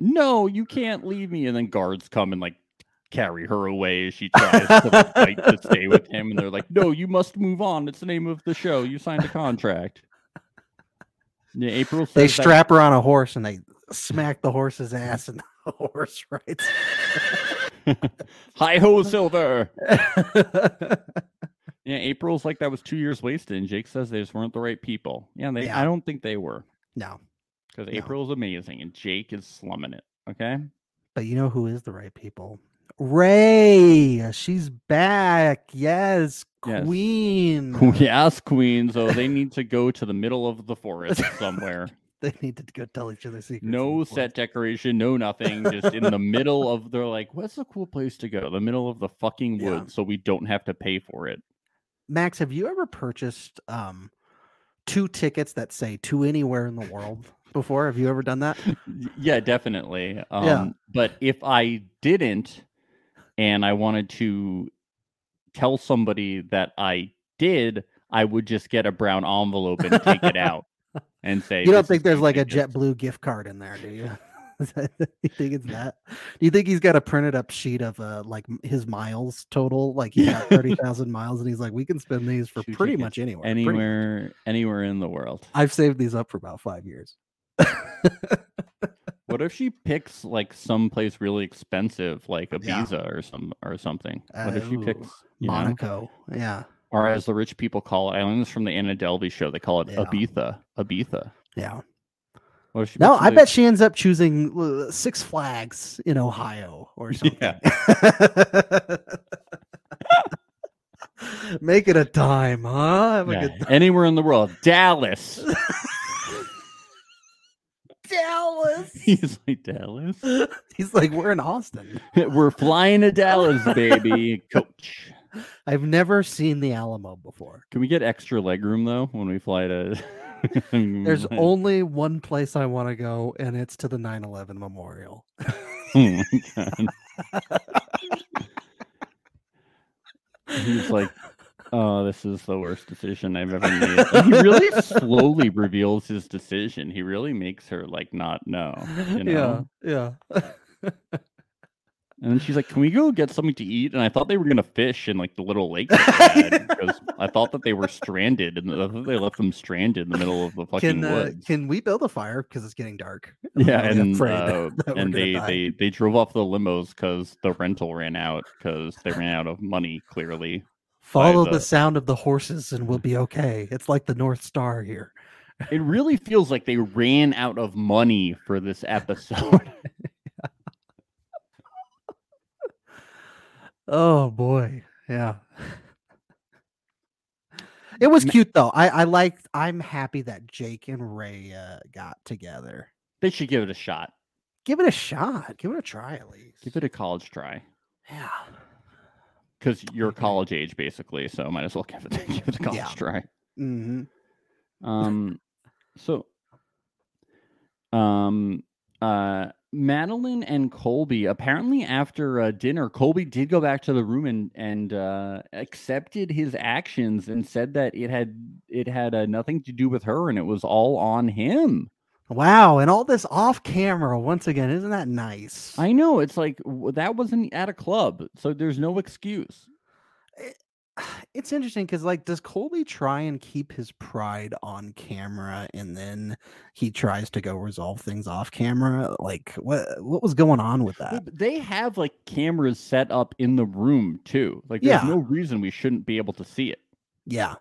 [SPEAKER 2] no, you can't leave me, and then guards come and like carry her away as she tries to like, fight to stay with him, and they're like, no, you must move on. It's the name of the show. You signed a contract. Yeah, April says
[SPEAKER 3] They
[SPEAKER 2] that-
[SPEAKER 3] strap her on a horse and they smack the horse's ass, and the horse rides.
[SPEAKER 2] Hi ho, Silver. Yeah, April's like that was two years wasted, and Jake says they just weren't the right people. Yeah, they,
[SPEAKER 3] Yeah.
[SPEAKER 2] I don't think they were
[SPEAKER 3] no,
[SPEAKER 2] because
[SPEAKER 3] No.
[SPEAKER 2] April's amazing and Jake is slumming it. Okay,
[SPEAKER 3] but you know who is the right people? Ray, she's back. Yes,
[SPEAKER 2] Yes.
[SPEAKER 3] queen.
[SPEAKER 2] we ask Queen, so they need to go to the middle of the forest somewhere.
[SPEAKER 3] They need to go tell each other secrets. in
[SPEAKER 2] No
[SPEAKER 3] the
[SPEAKER 2] set
[SPEAKER 3] forest.
[SPEAKER 2] decoration, no nothing. Just in the middle of, they're like, "What's a cool place to go?" The middle of the fucking
[SPEAKER 3] Yeah.
[SPEAKER 2] woods, so we don't have to pay for it.
[SPEAKER 3] Max, have you ever purchased um two tickets that say to anywhere in the world before? Have you ever done that?
[SPEAKER 2] Y- yeah definitely um but if i didn't and i wanted to tell somebody that i did i would just get a brown envelope and take it out and say
[SPEAKER 3] you don't
[SPEAKER 2] "This is
[SPEAKER 3] think there's like a
[SPEAKER 2] ridiculous."
[SPEAKER 3] JetBlue gift card in there, do you? you think it's that? Do you think he's got a printed up sheet of uh like m- his miles total? Like he got
[SPEAKER 2] Yeah.
[SPEAKER 3] thirty thousand miles, and he's like, we can spend these for
[SPEAKER 2] Two
[SPEAKER 3] pretty
[SPEAKER 2] tickets
[SPEAKER 3] much anywhere. pretty much."
[SPEAKER 2] anywhere anywhere in the world
[SPEAKER 3] I've saved these up for about five years.
[SPEAKER 2] what if she picks like someplace really expensive like
[SPEAKER 3] Yeah.
[SPEAKER 2] ibiza or some or something what if she
[SPEAKER 3] Oh,
[SPEAKER 2] picks you know,
[SPEAKER 3] Monaco, yeah,
[SPEAKER 2] or as the rich people call it i learned this from the anna delvey show they call it
[SPEAKER 3] Yeah.
[SPEAKER 2] ibiza ibiza
[SPEAKER 3] yeah.
[SPEAKER 2] what if she
[SPEAKER 3] No,
[SPEAKER 2] picks
[SPEAKER 3] I
[SPEAKER 2] the-
[SPEAKER 3] bet she ends up choosing uh, Six Flags in Ohio or something.
[SPEAKER 2] Yeah.
[SPEAKER 3] Make it a time, huh? Have a
[SPEAKER 2] Yeah,
[SPEAKER 3] good time.
[SPEAKER 2] anywhere in the world. Dallas. He's like Dallas.
[SPEAKER 3] Dallas. He's like, we're in Austin.
[SPEAKER 2] We're flying to Dallas, baby. Coach.
[SPEAKER 3] I've never seen the Alamo before.
[SPEAKER 2] Can we get extra leg room though when we fly to
[SPEAKER 3] There's
[SPEAKER 2] Mm-hmm.
[SPEAKER 3] only one place I want to go, and it's to the 9 11 memorial.
[SPEAKER 2] Oh my God. He's like, oh, this is the worst decision I've ever made. And he really slowly reveals his decision. He really makes her like not know. Oh, You know?
[SPEAKER 3] Yeah, yeah.
[SPEAKER 2] And then she's like, "Can we go get something to eat?" And I thought they were gonna fish in like the little lake that they had, because I thought that they were stranded, and I thought they left them stranded in the middle of the fucking
[SPEAKER 3] Can uh,
[SPEAKER 2] woods.
[SPEAKER 3] can we build a fire because it's getting dark?
[SPEAKER 2] yeah,
[SPEAKER 3] really
[SPEAKER 2] and
[SPEAKER 3] afraid
[SPEAKER 2] uh,
[SPEAKER 3] that we're
[SPEAKER 2] and
[SPEAKER 3] gonna
[SPEAKER 2] they,
[SPEAKER 3] die.
[SPEAKER 2] they they drove off the limos because the rental ran out because they ran out of money. Clearly,
[SPEAKER 3] Follow
[SPEAKER 2] the-
[SPEAKER 3] the sound of the horses and we'll be okay. It's like the North Star here.
[SPEAKER 2] it really feels like they ran out of money for this episode.
[SPEAKER 3] Oh boy. Yeah. It was
[SPEAKER 2] Ma-
[SPEAKER 3] cute though. I I liked I'm happy that Jake and Ray uh, got together.
[SPEAKER 2] They should give it a shot.
[SPEAKER 3] Give it a shot. Give it a try at least.
[SPEAKER 2] Give it a college try.
[SPEAKER 3] yeah.
[SPEAKER 2] Because you're
[SPEAKER 3] Okay.
[SPEAKER 2] college age basically, so might as well give it, give it a college
[SPEAKER 3] Yeah.
[SPEAKER 2] try.
[SPEAKER 3] hmm
[SPEAKER 2] Um, so, um, uh, Madeline and Colby apparently after uh, dinner, Colby did go back to the room and and uh, accepted his actions and said that it had it had uh, nothing to do with her and it was all on him.
[SPEAKER 3] Wow, and all this off camera once again, isn't that nice?
[SPEAKER 2] I know it's like w- that wasn't at a club, so there's no excuse.
[SPEAKER 3] it's interesting because like does colby try and keep his pride on camera and then he tries to go resolve things off camera like what what was going on with
[SPEAKER 2] Well,
[SPEAKER 3] that
[SPEAKER 2] but They have like cameras set up in the room too. Like there's
[SPEAKER 3] Yeah.
[SPEAKER 2] no reason we shouldn't be able to see it.
[SPEAKER 3] yeah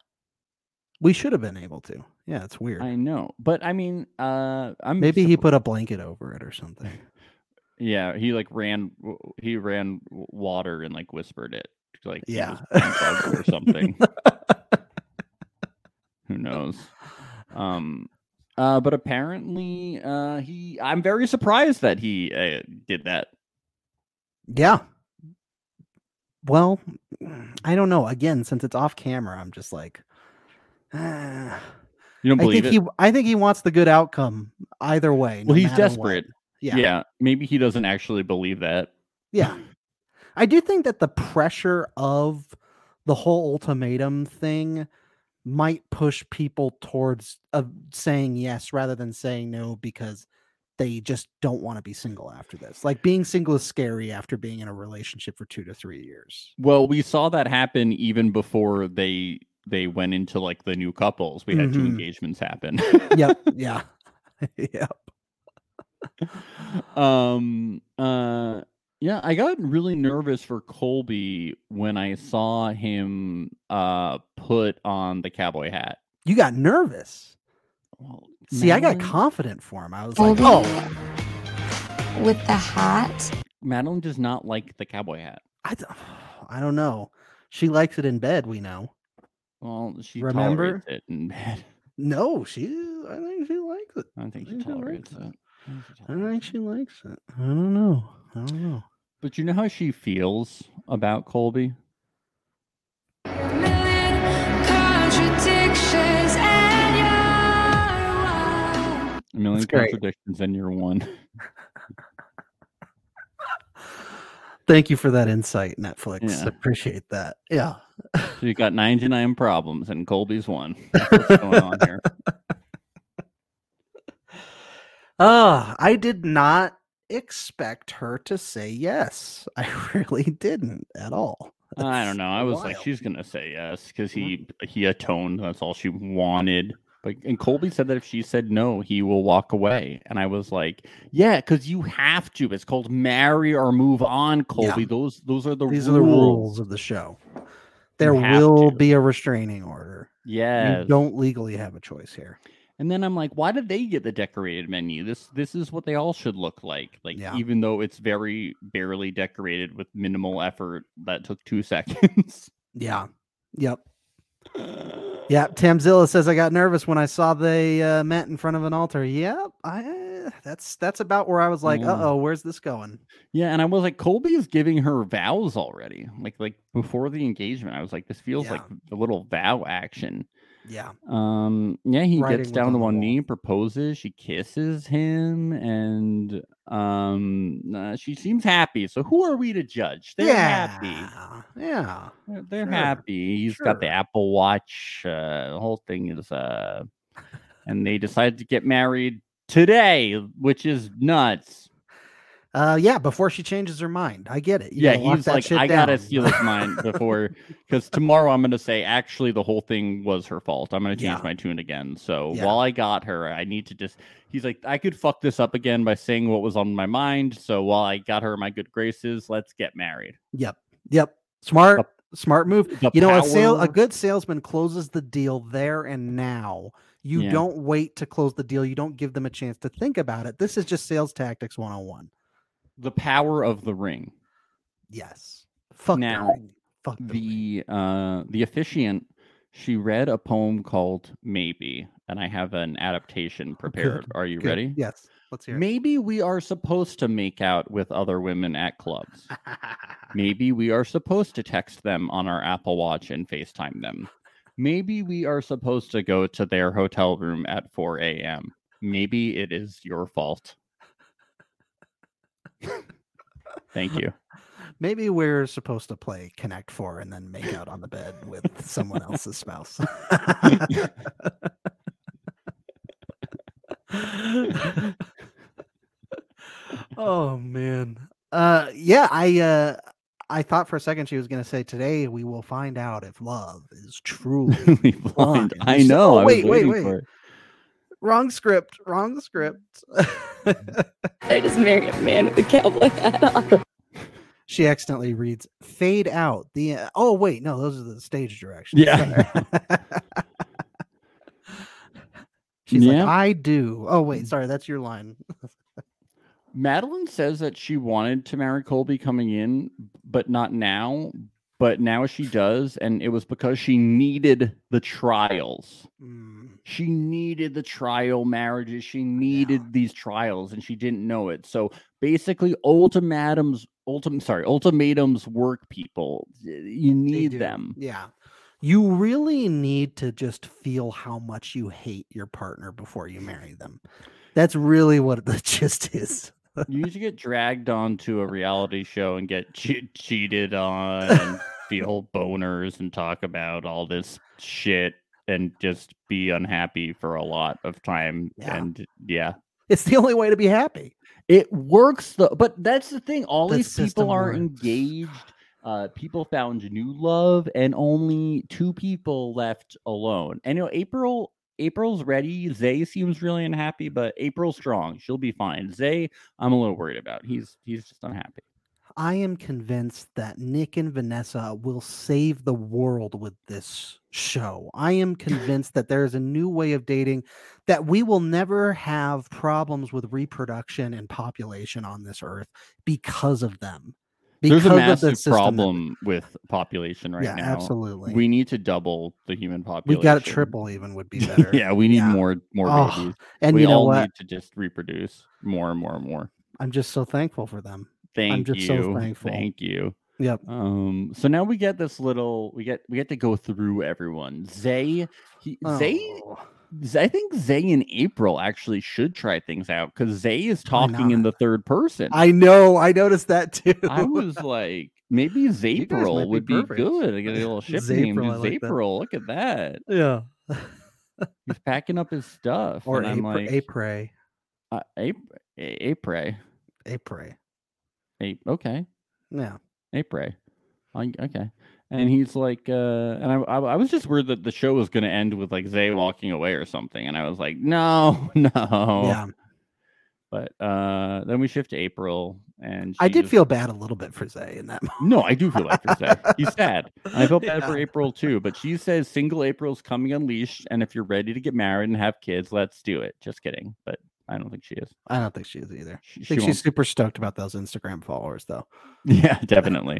[SPEAKER 3] we should have been able to yeah it's weird
[SPEAKER 2] I know, but I mean, uh, I'm
[SPEAKER 3] maybe he
[SPEAKER 2] surprised-
[SPEAKER 3] put a blanket over it or something
[SPEAKER 2] Yeah, he like ran. w- He ran w- water and like whispered it. Like he
[SPEAKER 3] Yeah.
[SPEAKER 2] was playing bugs or something. Who knows? Um, uh, but apparently, uh, he. I'm very surprised that he uh, did that.
[SPEAKER 3] yeah well i don't know again since it's off camera i'm just like ah.
[SPEAKER 2] You don't
[SPEAKER 3] i
[SPEAKER 2] believe
[SPEAKER 3] think he
[SPEAKER 2] it?
[SPEAKER 3] i think he wants the good outcome either way no
[SPEAKER 2] well, he's
[SPEAKER 3] matter what.
[SPEAKER 2] desperate.
[SPEAKER 3] yeah
[SPEAKER 2] maybe he doesn't actually believe that.
[SPEAKER 3] Yeah. I do think that the pressure of the whole ultimatum thing might push people towards uh, saying yes rather than saying no because they just don't want to be single after this. Like being single is scary after being in a relationship for 2 to 3 years.
[SPEAKER 2] Well, we saw that happen even before they they went into like the new couples. We had two
[SPEAKER 3] Mhm.
[SPEAKER 2] engagements happen.
[SPEAKER 3] Yep, yeah. yep.
[SPEAKER 2] um uh yeah i got really nervous for colby when i saw him uh put on the cowboy hat
[SPEAKER 3] You got nervous.
[SPEAKER 2] well,
[SPEAKER 3] See, I got
[SPEAKER 2] Madeline-
[SPEAKER 3] confident for him. I was like,
[SPEAKER 4] Colby
[SPEAKER 3] "Oh,
[SPEAKER 4] with the hat.
[SPEAKER 2] madeline does not like the cowboy hat
[SPEAKER 3] I, d- I don't know. She likes it in bed, we know."
[SPEAKER 2] well she
[SPEAKER 3] Remember?
[SPEAKER 2] tolerates it in bed
[SPEAKER 3] No, she I think she likes it.
[SPEAKER 2] i don't think she
[SPEAKER 3] Maybe I like
[SPEAKER 2] tolerates
[SPEAKER 3] that.
[SPEAKER 2] it I don't think she
[SPEAKER 3] I don't think
[SPEAKER 2] tolerates
[SPEAKER 3] she
[SPEAKER 2] it.
[SPEAKER 3] likes it. I don't know. I don't know.
[SPEAKER 2] but you know how she feels about colby a million
[SPEAKER 3] That's great.
[SPEAKER 2] contradictions and you're one
[SPEAKER 3] Thank you for that insight, Netflix.
[SPEAKER 2] Yeah.
[SPEAKER 3] Appreciate that. Yeah.
[SPEAKER 2] so you got 99 problems and colby's one That's what's going on here
[SPEAKER 3] Uh, I did not expect her to say yes. I really didn't at all.
[SPEAKER 2] I don't
[SPEAKER 3] That's
[SPEAKER 2] know. I was like,
[SPEAKER 3] wild. Mm-hmm.
[SPEAKER 2] she's gonna say yes because
[SPEAKER 3] Yeah.
[SPEAKER 2] he he atoned. That's all she wanted. Like, and Colby said that if she said no, he will walk away. And I was like, yeah, because you have to. It's called marry or move on, Colby. Those those are the
[SPEAKER 3] These
[SPEAKER 2] rules.
[SPEAKER 3] are the rules of the show. There
[SPEAKER 2] have
[SPEAKER 3] will
[SPEAKER 2] to.
[SPEAKER 3] be a restraining order.
[SPEAKER 2] Yes.
[SPEAKER 3] You don't legally have a choice here.
[SPEAKER 2] And then I'm like, why did they get the decorated menu? This this is what they all should look like. Like
[SPEAKER 3] Yeah.
[SPEAKER 2] even though it's very barely decorated with minimal effort that took two seconds.
[SPEAKER 3] Yeah. Yep. Yeah, Tamzilla says I got nervous when I saw they uh, met in front of an altar. Yep, I, that's that's about where I was like,
[SPEAKER 2] Yeah.
[SPEAKER 3] uh oh, where's this going?
[SPEAKER 2] Yeah, and I was like, Colby is giving her vows already. Like like before the engagement, I was like, this feels
[SPEAKER 3] Yeah.
[SPEAKER 2] like a little vow action.
[SPEAKER 3] Yeah,
[SPEAKER 2] Um, yeah, he
[SPEAKER 3] Writing
[SPEAKER 2] gets
[SPEAKER 3] was
[SPEAKER 2] down
[SPEAKER 3] on
[SPEAKER 2] to
[SPEAKER 3] the
[SPEAKER 2] one
[SPEAKER 3] wall.
[SPEAKER 2] knee, proposes, she kisses him, and um, uh, she seems happy. So who are we to judge? They're
[SPEAKER 3] yeah,
[SPEAKER 2] happy.
[SPEAKER 3] yeah,
[SPEAKER 2] They're, Uh, they're
[SPEAKER 3] Sure.
[SPEAKER 2] happy. He's got the
[SPEAKER 3] Sure.
[SPEAKER 2] Apple Watch. Uh, the whole thing is uh, and they decided to get married today, which is nuts.
[SPEAKER 3] uh, yeah. Before she changes her mind, I get it. You
[SPEAKER 2] yeah,
[SPEAKER 3] gotta lock
[SPEAKER 2] he's
[SPEAKER 3] that
[SPEAKER 2] like,
[SPEAKER 3] shit
[SPEAKER 2] I gotta
[SPEAKER 3] down."
[SPEAKER 2] steal this mine before, because tomorrow I'm gonna say actually the whole thing was her fault. I'm gonna change
[SPEAKER 3] Yeah.
[SPEAKER 2] my tune again. So
[SPEAKER 3] Yeah.
[SPEAKER 2] while I got her, I need to just. He's like, I could fuck this up again by saying what was on my mind. So while I got her in my good graces, let's get married.
[SPEAKER 3] Yep, yep. Smart, smart move.
[SPEAKER 2] The
[SPEAKER 3] you know, a sale, a
[SPEAKER 2] power-
[SPEAKER 3] good salesman closes the deal there and now. You
[SPEAKER 2] Yeah.
[SPEAKER 3] don't wait to close the deal. You don't give them a chance to think about it. This is oh just sales tactics 101.
[SPEAKER 2] the power of the ring.
[SPEAKER 3] Yes. Fuck
[SPEAKER 2] Now,
[SPEAKER 3] the ring. Fuck the ring.
[SPEAKER 2] the uh the officiant she read a poem called maybe and i have an adaptation prepared are you
[SPEAKER 3] Oh, Good.
[SPEAKER 2] ready
[SPEAKER 3] Yes. Let's hear it.
[SPEAKER 2] maybe we are supposed to make out with other women at clubs maybe we are supposed to text them on our apple watch and facetime them maybe we are supposed to go to their hotel room at 4 a.m maybe it is your fault thank you
[SPEAKER 3] Maybe we're supposed to play Connect Four and then make out on the bed with someone else's spouse. oh man. Uh yeah, I uh I thought for a second she was gonna say today we will find out if love is truly
[SPEAKER 2] Leave blind.
[SPEAKER 3] and
[SPEAKER 2] i
[SPEAKER 3] there's-
[SPEAKER 2] know
[SPEAKER 3] oh,
[SPEAKER 2] I was
[SPEAKER 3] wait, wait,
[SPEAKER 2] waiting
[SPEAKER 3] wait.
[SPEAKER 2] for it.
[SPEAKER 3] wrong script, wrong script.
[SPEAKER 5] I just married a man with a cowboy hat on.
[SPEAKER 3] she accidentally reads fade out the uh, oh wait no those are the stage directions
[SPEAKER 2] Yeah.
[SPEAKER 3] sorry. she's
[SPEAKER 2] Yeah. Mm.
[SPEAKER 3] like i do oh wait sorry that's your line
[SPEAKER 2] Madeline says that she wanted to marry Colby coming in, but not now. But now she does, and it was because she needed the trials.
[SPEAKER 3] Mm,
[SPEAKER 2] She needed the trial marriages. She needed these trials, and she didn't know it. So basically, ultimatums, ultim, sorry, ultimatums work. People, Y- you
[SPEAKER 3] they
[SPEAKER 2] need
[SPEAKER 3] do.
[SPEAKER 2] them.
[SPEAKER 3] yeah you really need to just feel how much you hate your partner before you marry them that's really what the gist is
[SPEAKER 2] You need to get dragged onto a reality show and get che- cheated on and feel boners and talk about all this shit and just be unhappy for a lot of time.
[SPEAKER 3] Yeah.
[SPEAKER 2] And yeah,
[SPEAKER 3] it's the only way to be happy
[SPEAKER 2] it works though. But that's the thing. All
[SPEAKER 3] The
[SPEAKER 2] these
[SPEAKER 3] system
[SPEAKER 2] people are
[SPEAKER 3] works.
[SPEAKER 2] engaged. Uh, people found new love, and only two people left alone. And you know, April. April's ready. Zay seems really unhappy, but April's strong. She'll be fine. Zay, I'm a little worried about. He's he's just unhappy.
[SPEAKER 3] I am convinced that Nick and Vanessa will save the world with this show. I am convinced that there is a new way of dating that we will never have problems with reproduction and population on this earth because of them.
[SPEAKER 2] There's a
[SPEAKER 3] Because of the
[SPEAKER 2] massive
[SPEAKER 3] system that-
[SPEAKER 2] problem with population right
[SPEAKER 3] yeah,
[SPEAKER 2] now.
[SPEAKER 3] absolutely.
[SPEAKER 2] We need to double the human population.
[SPEAKER 3] we got to triple even would be better.
[SPEAKER 2] yeah, we need
[SPEAKER 3] Yeah.
[SPEAKER 2] more more
[SPEAKER 3] Oh,
[SPEAKER 2] babies.
[SPEAKER 3] and
[SPEAKER 2] we
[SPEAKER 3] you know
[SPEAKER 2] all
[SPEAKER 3] what?
[SPEAKER 2] need to just reproduce more and more and more.
[SPEAKER 3] I'm just so thankful for them.
[SPEAKER 2] Thank
[SPEAKER 3] just so
[SPEAKER 2] you.
[SPEAKER 3] thankful.
[SPEAKER 2] Thank you.
[SPEAKER 3] Yep.
[SPEAKER 2] Um so now we get this little we get we get to go through everyone. Zay he, Zay
[SPEAKER 3] Oh,
[SPEAKER 2] Z- I think Zay and April actually should try things out because Zay is talking in the third person.
[SPEAKER 3] I know. I noticed that too.
[SPEAKER 2] I was like, maybe
[SPEAKER 3] guys might
[SPEAKER 2] Zapril
[SPEAKER 3] be
[SPEAKER 2] would be,
[SPEAKER 3] perfect.
[SPEAKER 2] good. I got a little ship name.
[SPEAKER 3] Zapril, I like that.
[SPEAKER 2] Zapril, look at that.
[SPEAKER 3] yeah.
[SPEAKER 2] He's packing up his stuff.
[SPEAKER 3] Or
[SPEAKER 2] and I'm
[SPEAKER 3] Apre-
[SPEAKER 2] like,
[SPEAKER 3] Apre.
[SPEAKER 2] uh, Ap- A- Apre.
[SPEAKER 3] Apre.
[SPEAKER 2] A- okay.
[SPEAKER 3] Yeah.
[SPEAKER 2] Apre. I- okay. And he's like, uh, and I, I, I was just worried that the show was going to end with like Zay walking away or something. And I was like, no, no. Oh,
[SPEAKER 3] Yeah,
[SPEAKER 2] But uh, then we shift to April. And
[SPEAKER 3] I
[SPEAKER 2] she
[SPEAKER 3] did
[SPEAKER 2] just-
[SPEAKER 3] feel bad a little bit for Zay in that moment.
[SPEAKER 2] No, I do feel bad for Zay. He's sad. And I felt bad for
[SPEAKER 3] Yeah.
[SPEAKER 2] April too, but she says single April's coming unleashed, and if you're ready to get married and have kids, let's do it. Just kidding, but I don't think she is.
[SPEAKER 3] I don't think she is either.
[SPEAKER 2] She,
[SPEAKER 3] I
[SPEAKER 2] she
[SPEAKER 3] think
[SPEAKER 2] won't-
[SPEAKER 3] she's super stoked about those Instagram followers, though.
[SPEAKER 2] yeah, definitely.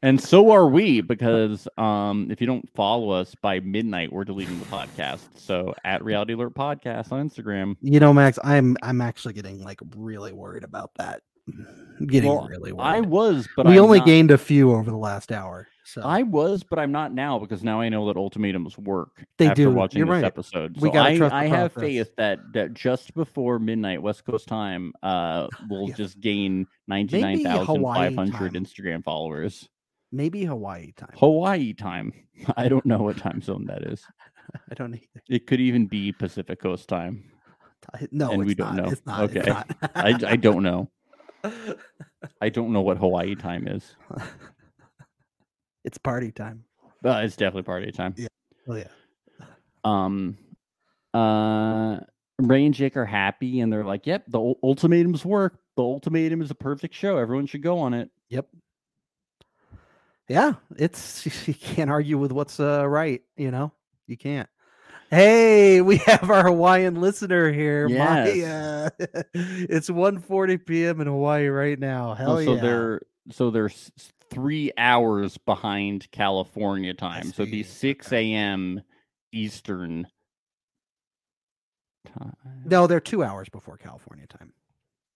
[SPEAKER 2] And so are we because um, if you don't follow us by midnight, we're deleting the podcast. So at Reality Alert Podcast on Instagram.
[SPEAKER 3] you know, Max, I'm I'm actually getting like really worried about that. Getting
[SPEAKER 2] Well,
[SPEAKER 3] really
[SPEAKER 2] I
[SPEAKER 3] worried.
[SPEAKER 2] was, but
[SPEAKER 3] we
[SPEAKER 2] I'm
[SPEAKER 3] only
[SPEAKER 2] not-
[SPEAKER 3] gained a few over the last hour, so
[SPEAKER 2] I was, but I'm not now because now I know that ultimatums work.
[SPEAKER 3] They
[SPEAKER 2] after
[SPEAKER 3] do.
[SPEAKER 2] Watching
[SPEAKER 3] You're
[SPEAKER 2] this
[SPEAKER 3] right.
[SPEAKER 2] episode,
[SPEAKER 3] We
[SPEAKER 2] So
[SPEAKER 3] gotta
[SPEAKER 2] I,
[SPEAKER 3] trust the
[SPEAKER 2] I have
[SPEAKER 3] process.
[SPEAKER 2] faith that that just before midnight West Coast time, uh, we'll
[SPEAKER 3] Yes.
[SPEAKER 2] just gain ninety nine thousand five
[SPEAKER 3] Hawaii
[SPEAKER 2] hundred
[SPEAKER 3] time.
[SPEAKER 2] Instagram followers.
[SPEAKER 3] maybe Hawaii time.
[SPEAKER 2] Hawaii time. I don't know what time zone that is.
[SPEAKER 3] I don't either.
[SPEAKER 2] It could even be Pacific Coast time.
[SPEAKER 3] I- No,
[SPEAKER 2] And
[SPEAKER 3] it's
[SPEAKER 2] we don't
[SPEAKER 3] not.
[SPEAKER 2] know.
[SPEAKER 3] It's not. It's
[SPEAKER 2] Okay.
[SPEAKER 3] not.
[SPEAKER 2] I, I don't know. I don't know what Hawaii time is.
[SPEAKER 3] it's party time.
[SPEAKER 2] Uh, it's definitely party time.
[SPEAKER 3] Oh yeah.
[SPEAKER 2] um uh ray and jake are happy and they're like yep the ul- ultimatums work the ultimatum is a perfect show everyone should go on it
[SPEAKER 3] Yep. Yeah, it's you can't argue with what's uh, right, you know. You can't. Hey, we have our Hawaiian listener here.
[SPEAKER 2] Yes.
[SPEAKER 3] Maya. it's 1:40 p.m. in Hawaii right now. Hell
[SPEAKER 2] Also, Oh,
[SPEAKER 3] yeah.
[SPEAKER 2] they're so they're s- s- three hours behind California time. So it'd be
[SPEAKER 3] see,
[SPEAKER 2] six a.m. Eastern time.
[SPEAKER 3] No, they're two hours before California time.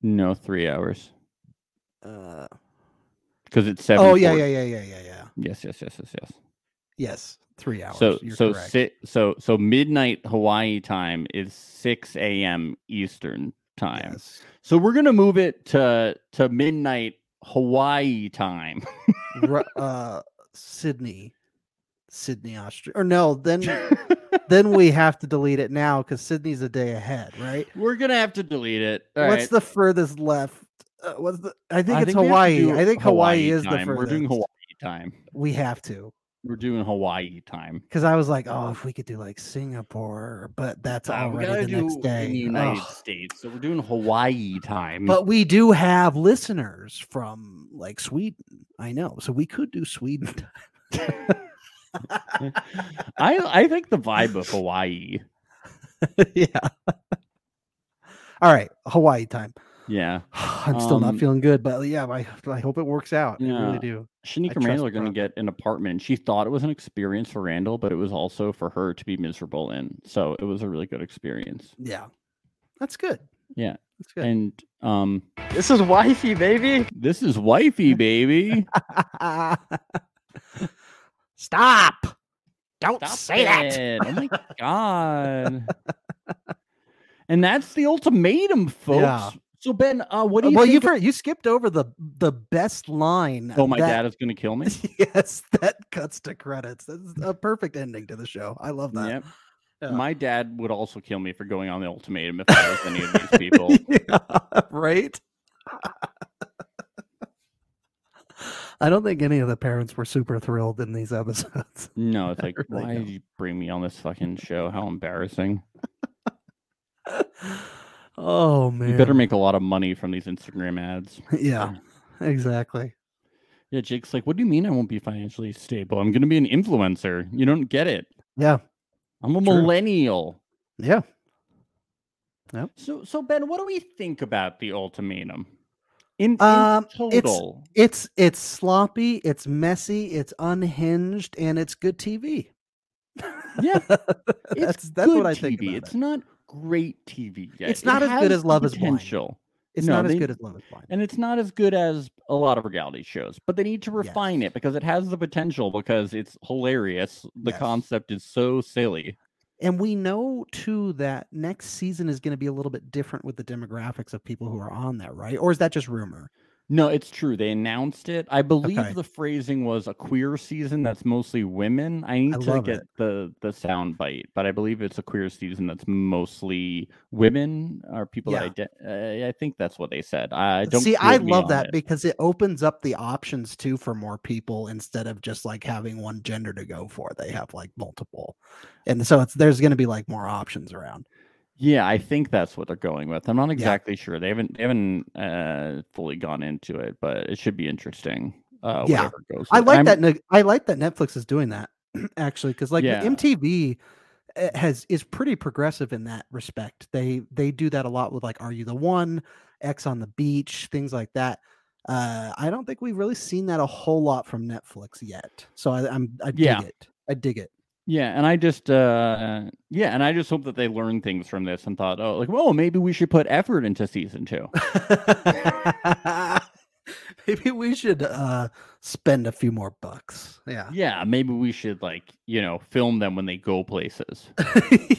[SPEAKER 2] no, three hours
[SPEAKER 3] Uh,
[SPEAKER 2] because it's seven.
[SPEAKER 3] oh yeah, yeah, yeah, yeah, yeah, yeah.
[SPEAKER 2] Yes, yes, yes, yes, yes.
[SPEAKER 3] Yes, three hours.
[SPEAKER 2] so
[SPEAKER 3] You're
[SPEAKER 2] so
[SPEAKER 3] correct.
[SPEAKER 2] si- so so midnight Hawaii time is six a.m. Eastern time.
[SPEAKER 3] Yes.
[SPEAKER 2] So we're gonna move it to to midnight Hawaii time.
[SPEAKER 3] Ru- uh, Sydney, Sydney, Australia. Or no, then then we have to delete it now because Sydney's a day ahead, right?
[SPEAKER 2] we're gonna have to delete it. All
[SPEAKER 3] What's
[SPEAKER 2] right.
[SPEAKER 3] the furthest left? Uh, what's the? I think
[SPEAKER 2] we
[SPEAKER 3] it's
[SPEAKER 2] have to
[SPEAKER 3] Hawaii.
[SPEAKER 2] do
[SPEAKER 3] I think Hawaii, is the
[SPEAKER 2] time.
[SPEAKER 3] furthest.
[SPEAKER 2] We're doing Hawaii time.
[SPEAKER 3] We have to
[SPEAKER 2] We're doing Hawaii time.
[SPEAKER 3] because I was like, oh, if we could do like Singapore, but that's
[SPEAKER 2] Uh, we gotta
[SPEAKER 3] already the
[SPEAKER 2] do
[SPEAKER 3] next day.
[SPEAKER 2] in the United
[SPEAKER 3] Ugh.
[SPEAKER 2] States. So we're doing Hawaii time.
[SPEAKER 3] But we do have listeners from like Sweden. I know, so we could do Sweden.
[SPEAKER 2] I I think the vibe of Hawaii.
[SPEAKER 3] yeah. All right, Hawaii time.
[SPEAKER 2] Yeah.
[SPEAKER 3] I'm still not
[SPEAKER 2] Um,
[SPEAKER 3] feeling good, but yeah, I, I hope it works out. I
[SPEAKER 2] Yeah.
[SPEAKER 3] really do.
[SPEAKER 2] Shanika
[SPEAKER 3] I
[SPEAKER 2] and Randall
[SPEAKER 3] trust
[SPEAKER 2] are going to get
[SPEAKER 3] Brooke.
[SPEAKER 2] an apartment. She thought it was an experience for Randall, but it was also for her to be miserable in. So it was a really good experience.
[SPEAKER 3] Yeah, that's good.
[SPEAKER 2] Yeah.
[SPEAKER 3] that's good.
[SPEAKER 2] And um,
[SPEAKER 6] This is wifey, baby.
[SPEAKER 2] this is wifey, baby.
[SPEAKER 3] Stop! Don't
[SPEAKER 2] Stop
[SPEAKER 3] say that.
[SPEAKER 2] it. Oh my god. and that's the ultimatum, folks.
[SPEAKER 3] Yeah.
[SPEAKER 2] So Ben, uh, what do
[SPEAKER 3] Uh,
[SPEAKER 2] you
[SPEAKER 3] well,
[SPEAKER 2] think
[SPEAKER 3] you've
[SPEAKER 2] of-
[SPEAKER 3] heard, you skipped over the the best line.
[SPEAKER 2] Oh my
[SPEAKER 3] that-
[SPEAKER 2] dad is gonna kill me.
[SPEAKER 3] Yes, that cuts to credits. That's a perfect ending to the show. I love that.
[SPEAKER 2] Yep.
[SPEAKER 3] Yeah.
[SPEAKER 2] My dad would also kill me for going on the ultimatum if I was any of these people.
[SPEAKER 3] Yeah, right? I don't think any of the parents were super thrilled in these episodes.
[SPEAKER 2] No, it's like,
[SPEAKER 3] really
[SPEAKER 2] why
[SPEAKER 3] don't.
[SPEAKER 2] did you bring me on this fucking show? How embarrassing.
[SPEAKER 3] oh man.
[SPEAKER 2] You better make a lot of money from these Instagram ads.
[SPEAKER 3] Yeah. Exactly.
[SPEAKER 2] Yeah, Jake's like, what do you mean I won't be financially stable? I'm gonna be an influencer. You don't get it.
[SPEAKER 3] Yeah.
[SPEAKER 2] I'm a
[SPEAKER 3] True.
[SPEAKER 2] millennial.
[SPEAKER 3] Yeah.
[SPEAKER 2] So, so Ben, what do we think about the ultimatum? In, in
[SPEAKER 3] Um, it's-
[SPEAKER 2] total,
[SPEAKER 3] It's it's sloppy, it's messy, it's unhinged, and it's good TV.
[SPEAKER 2] yeah, it's
[SPEAKER 3] that's that's
[SPEAKER 2] good
[SPEAKER 3] what I think.
[SPEAKER 2] TV.
[SPEAKER 3] about
[SPEAKER 2] it's
[SPEAKER 3] it.
[SPEAKER 2] not great TV yet.
[SPEAKER 3] It's
[SPEAKER 2] It
[SPEAKER 3] not as good
[SPEAKER 2] has
[SPEAKER 3] as
[SPEAKER 2] the
[SPEAKER 3] Love is Blind.
[SPEAKER 2] potential,
[SPEAKER 3] It's
[SPEAKER 2] no,
[SPEAKER 3] not as
[SPEAKER 2] they-
[SPEAKER 3] good as Love is Blind.
[SPEAKER 2] and it's not as good as a lot of reality shows. But they need to refine
[SPEAKER 3] Yes.
[SPEAKER 2] it because it has the potential because it's hilarious. The
[SPEAKER 3] Yes.
[SPEAKER 2] concept is so silly.
[SPEAKER 3] And we know too that next season is going to be a little bit different with the demographics of people who are on that, right? Or is that just rumor?
[SPEAKER 2] No, it's true. They announced it. I believe
[SPEAKER 3] Okay.
[SPEAKER 2] the phrasing was a queer season that's mostly women. I need
[SPEAKER 3] I
[SPEAKER 2] to
[SPEAKER 3] love
[SPEAKER 2] get
[SPEAKER 3] it.
[SPEAKER 2] the the sound bite, but I believe it's a queer season that's mostly women or people
[SPEAKER 3] Yeah.
[SPEAKER 2] that ident- uh, I think that's what they said. I don't
[SPEAKER 3] See, I
[SPEAKER 2] quote me
[SPEAKER 3] love
[SPEAKER 2] on
[SPEAKER 3] that
[SPEAKER 2] it.
[SPEAKER 3] because it opens up the options too for more people instead of just like having one gender to go for. They have like multiple, and so it's there's going to be like more options around.
[SPEAKER 2] Yeah, I think that's what they're going with. I'm not exactly sure. They haven't they haven't uh, fully gone into it, but it should be interesting. Uh,
[SPEAKER 3] Yeah.
[SPEAKER 2] whatever goes.
[SPEAKER 3] I
[SPEAKER 2] with it.
[SPEAKER 3] like
[SPEAKER 2] I'm-
[SPEAKER 3] that. Neg- I like that Netflix is doing that actually because like the
[SPEAKER 2] Yeah.
[SPEAKER 3] MTV uh, has is pretty progressive in that respect. They they do that a lot with like Are You the One, X on the Beach, things like that. Uh, I don't think we've really seen that a whole lot from Netflix yet. So I, I'm I dig
[SPEAKER 2] Yeah.
[SPEAKER 3] it. I dig it.
[SPEAKER 2] Yeah, and I just uh yeah, and I just hope that they learn things from this and thought, oh, like, well, maybe we should put effort into season two.
[SPEAKER 3] Maybe we should uh, spend a few more bucks. Yeah.
[SPEAKER 2] yeah, maybe we should like, you know, film them when they go places.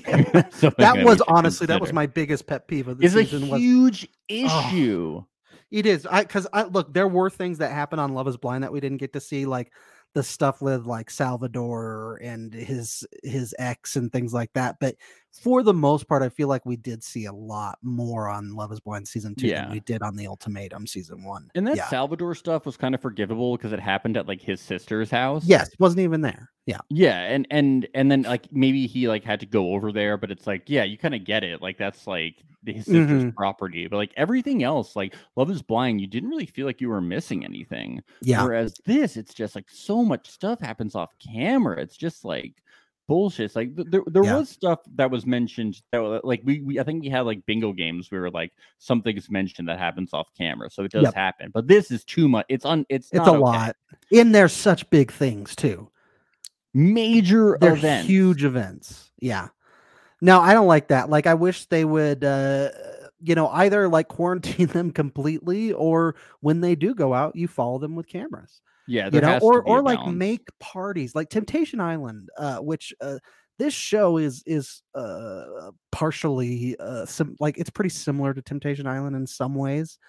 [SPEAKER 3] Yeah.
[SPEAKER 2] Something
[SPEAKER 3] that
[SPEAKER 2] we
[SPEAKER 3] was
[SPEAKER 2] should
[SPEAKER 3] honestly that was
[SPEAKER 2] consider.
[SPEAKER 3] my biggest pet peeve of the
[SPEAKER 2] It's a
[SPEAKER 3] season. was
[SPEAKER 2] huge
[SPEAKER 3] Oh.
[SPEAKER 2] issue.
[SPEAKER 3] It is. I because I look, there were things that happened on Love Is Blind that we didn't get to see, like the stuff with like Salvador and his his ex and things like that. But for the most part, I feel like we did see a lot more on Love Is Blind season two
[SPEAKER 2] Yeah.
[SPEAKER 3] than we did on the Ultimatum season one.
[SPEAKER 2] And that
[SPEAKER 3] yeah.
[SPEAKER 2] Salvador stuff was kind of forgivable because it happened at like his sister's house.
[SPEAKER 3] yes, wasn't even there. Yeah,
[SPEAKER 2] Yeah, and and and then like maybe he like had to go over there, but it's like yeah, you kind of get it. Like that's like his sister's
[SPEAKER 3] Mhm.
[SPEAKER 2] property, but like everything else, like Love Is Blind, you didn't really feel like you were missing anything.
[SPEAKER 3] yeah,
[SPEAKER 2] Whereas this, it's just like so much stuff happens off camera. It's just like bullshit. It's Like th- there, there
[SPEAKER 3] Yeah.
[SPEAKER 2] was stuff that was mentioned that wa- like we, we I think we had like bingo games. We were like something's mentioned that happens off camera, so it does
[SPEAKER 3] Yep.
[SPEAKER 2] happen. But this is too much. It's on. It's
[SPEAKER 3] It's
[SPEAKER 2] not
[SPEAKER 3] a
[SPEAKER 2] okay.
[SPEAKER 3] lot. And they're such big things too.
[SPEAKER 2] Major
[SPEAKER 3] They're
[SPEAKER 2] event.
[SPEAKER 3] huge events. Yeah. No, I don't like that. Like I wish they would uh you know, either like quarantine them completely or when they do go out, you follow them with cameras.
[SPEAKER 2] Yeah,
[SPEAKER 3] you
[SPEAKER 2] Uh, there
[SPEAKER 3] know,
[SPEAKER 2] has to
[SPEAKER 3] or
[SPEAKER 2] be
[SPEAKER 3] or
[SPEAKER 2] a
[SPEAKER 3] like
[SPEAKER 2] balance.
[SPEAKER 3] make parties like Temptation Island, uh, which uh, this show is is uh, partially uh, sim- like it's pretty similar to Temptation Island in some ways.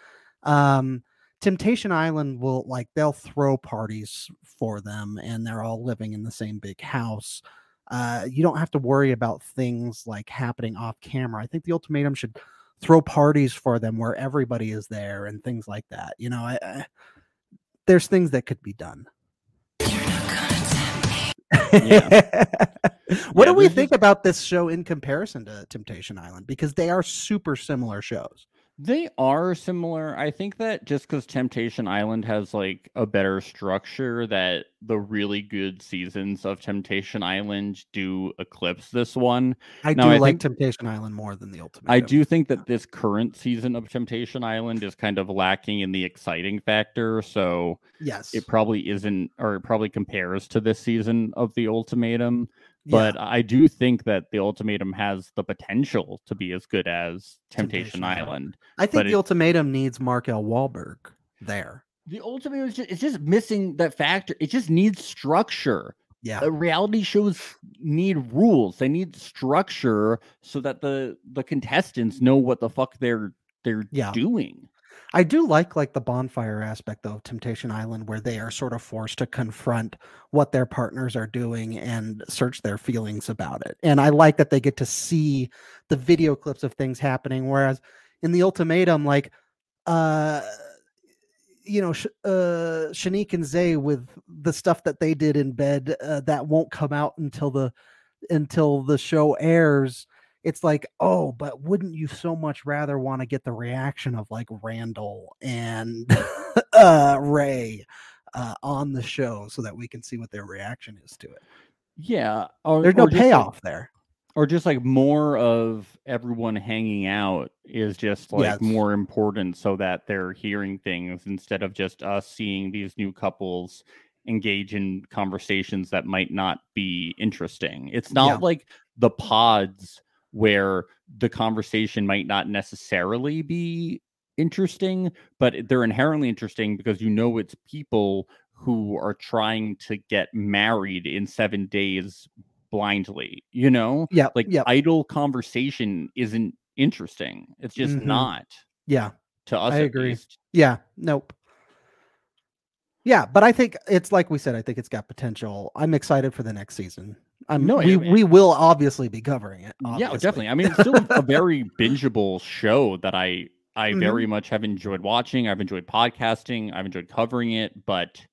[SPEAKER 3] Um, Temptation Island will like they'll throw parties for them, and they're all living in the same big house. Uh, you don't have to worry about things like happening off camera. I think the ultimatum should throw parties for them where everybody is there and things like that. You know, I, I there's things that could be done. what
[SPEAKER 2] Yeah,
[SPEAKER 3] do we
[SPEAKER 2] this is-
[SPEAKER 3] think about this show in comparison to Temptation Island? Because they are super similar shows.
[SPEAKER 2] They are similar. I think that just because Temptation Island has like a better structure, that the really good seasons of Temptation Island do eclipse this one.
[SPEAKER 3] I
[SPEAKER 2] No,
[SPEAKER 3] do
[SPEAKER 2] I
[SPEAKER 3] like
[SPEAKER 2] think-
[SPEAKER 3] Temptation Island more than the Ultimate.
[SPEAKER 2] I do think that this current season of Temptation Island is kind of lacking in the exciting factor. So
[SPEAKER 3] Yes.
[SPEAKER 2] it probably isn't, or it probably compares to this season of The Ultimatum.
[SPEAKER 3] Yeah.
[SPEAKER 2] But I do think that The Ultimatum has the potential to be as good as Temptation,
[SPEAKER 3] Temptation Island.
[SPEAKER 2] Island.
[SPEAKER 3] I think
[SPEAKER 2] but
[SPEAKER 3] the
[SPEAKER 2] it-
[SPEAKER 3] Ultimatum needs Mark L. Wahlberg there.
[SPEAKER 2] The ultimate is just, it's just missing that factor. It just needs structure.
[SPEAKER 3] Yeah.
[SPEAKER 2] Uh, reality shows need rules. They need structure so that the the contestants know what the fuck they're they're
[SPEAKER 3] Yeah.
[SPEAKER 2] doing.
[SPEAKER 3] I do like like the bonfire aspect though of Temptation Island where they are sort of forced to confront what their partners are doing and search their feelings about it. And I like that they get to see the video clips of things happening whereas in the ultimatum like uh you know Sh- uh Shanique and Zay with the stuff that they did in bed uh, that won't come out until the until the show airs it's like, oh, but wouldn't you so much rather want to get the reaction of like Randall and uh, Ray uh, on the show so that we can see what their reaction is to it?
[SPEAKER 2] Yeah. Or,
[SPEAKER 3] There's no
[SPEAKER 2] or just, like-
[SPEAKER 3] payoff there.
[SPEAKER 2] or just like more of everyone hanging out is just like
[SPEAKER 3] Yes.
[SPEAKER 2] more important so that they're hearing things instead of just us seeing these new couples engage in conversations that might not be interesting it's not
[SPEAKER 3] Yeah.
[SPEAKER 2] like the pods where the conversation might not necessarily be interesting but they're inherently interesting because you know it's people who are trying to get married in 7 days blindly you know
[SPEAKER 3] Yeah,
[SPEAKER 2] like
[SPEAKER 3] yeah,
[SPEAKER 2] idle conversation isn't interesting it's just
[SPEAKER 3] Mhm.
[SPEAKER 2] not
[SPEAKER 3] yeah,
[SPEAKER 2] to us
[SPEAKER 3] I
[SPEAKER 2] at
[SPEAKER 3] agree.
[SPEAKER 2] least.
[SPEAKER 3] yeah. Nope. Yeah, but I think it's like we said. I think it's got potential. I'm excited for the next season. I'm
[SPEAKER 2] No,
[SPEAKER 3] no,
[SPEAKER 2] I-
[SPEAKER 3] we,
[SPEAKER 2] I-
[SPEAKER 3] we will obviously be covering it.
[SPEAKER 2] yeah oh,
[SPEAKER 3] obviously.
[SPEAKER 2] definitely i mean it's still a very bingeable show that i i
[SPEAKER 3] Mhm.
[SPEAKER 2] very much have enjoyed watching i've enjoyed podcasting i've enjoyed covering it but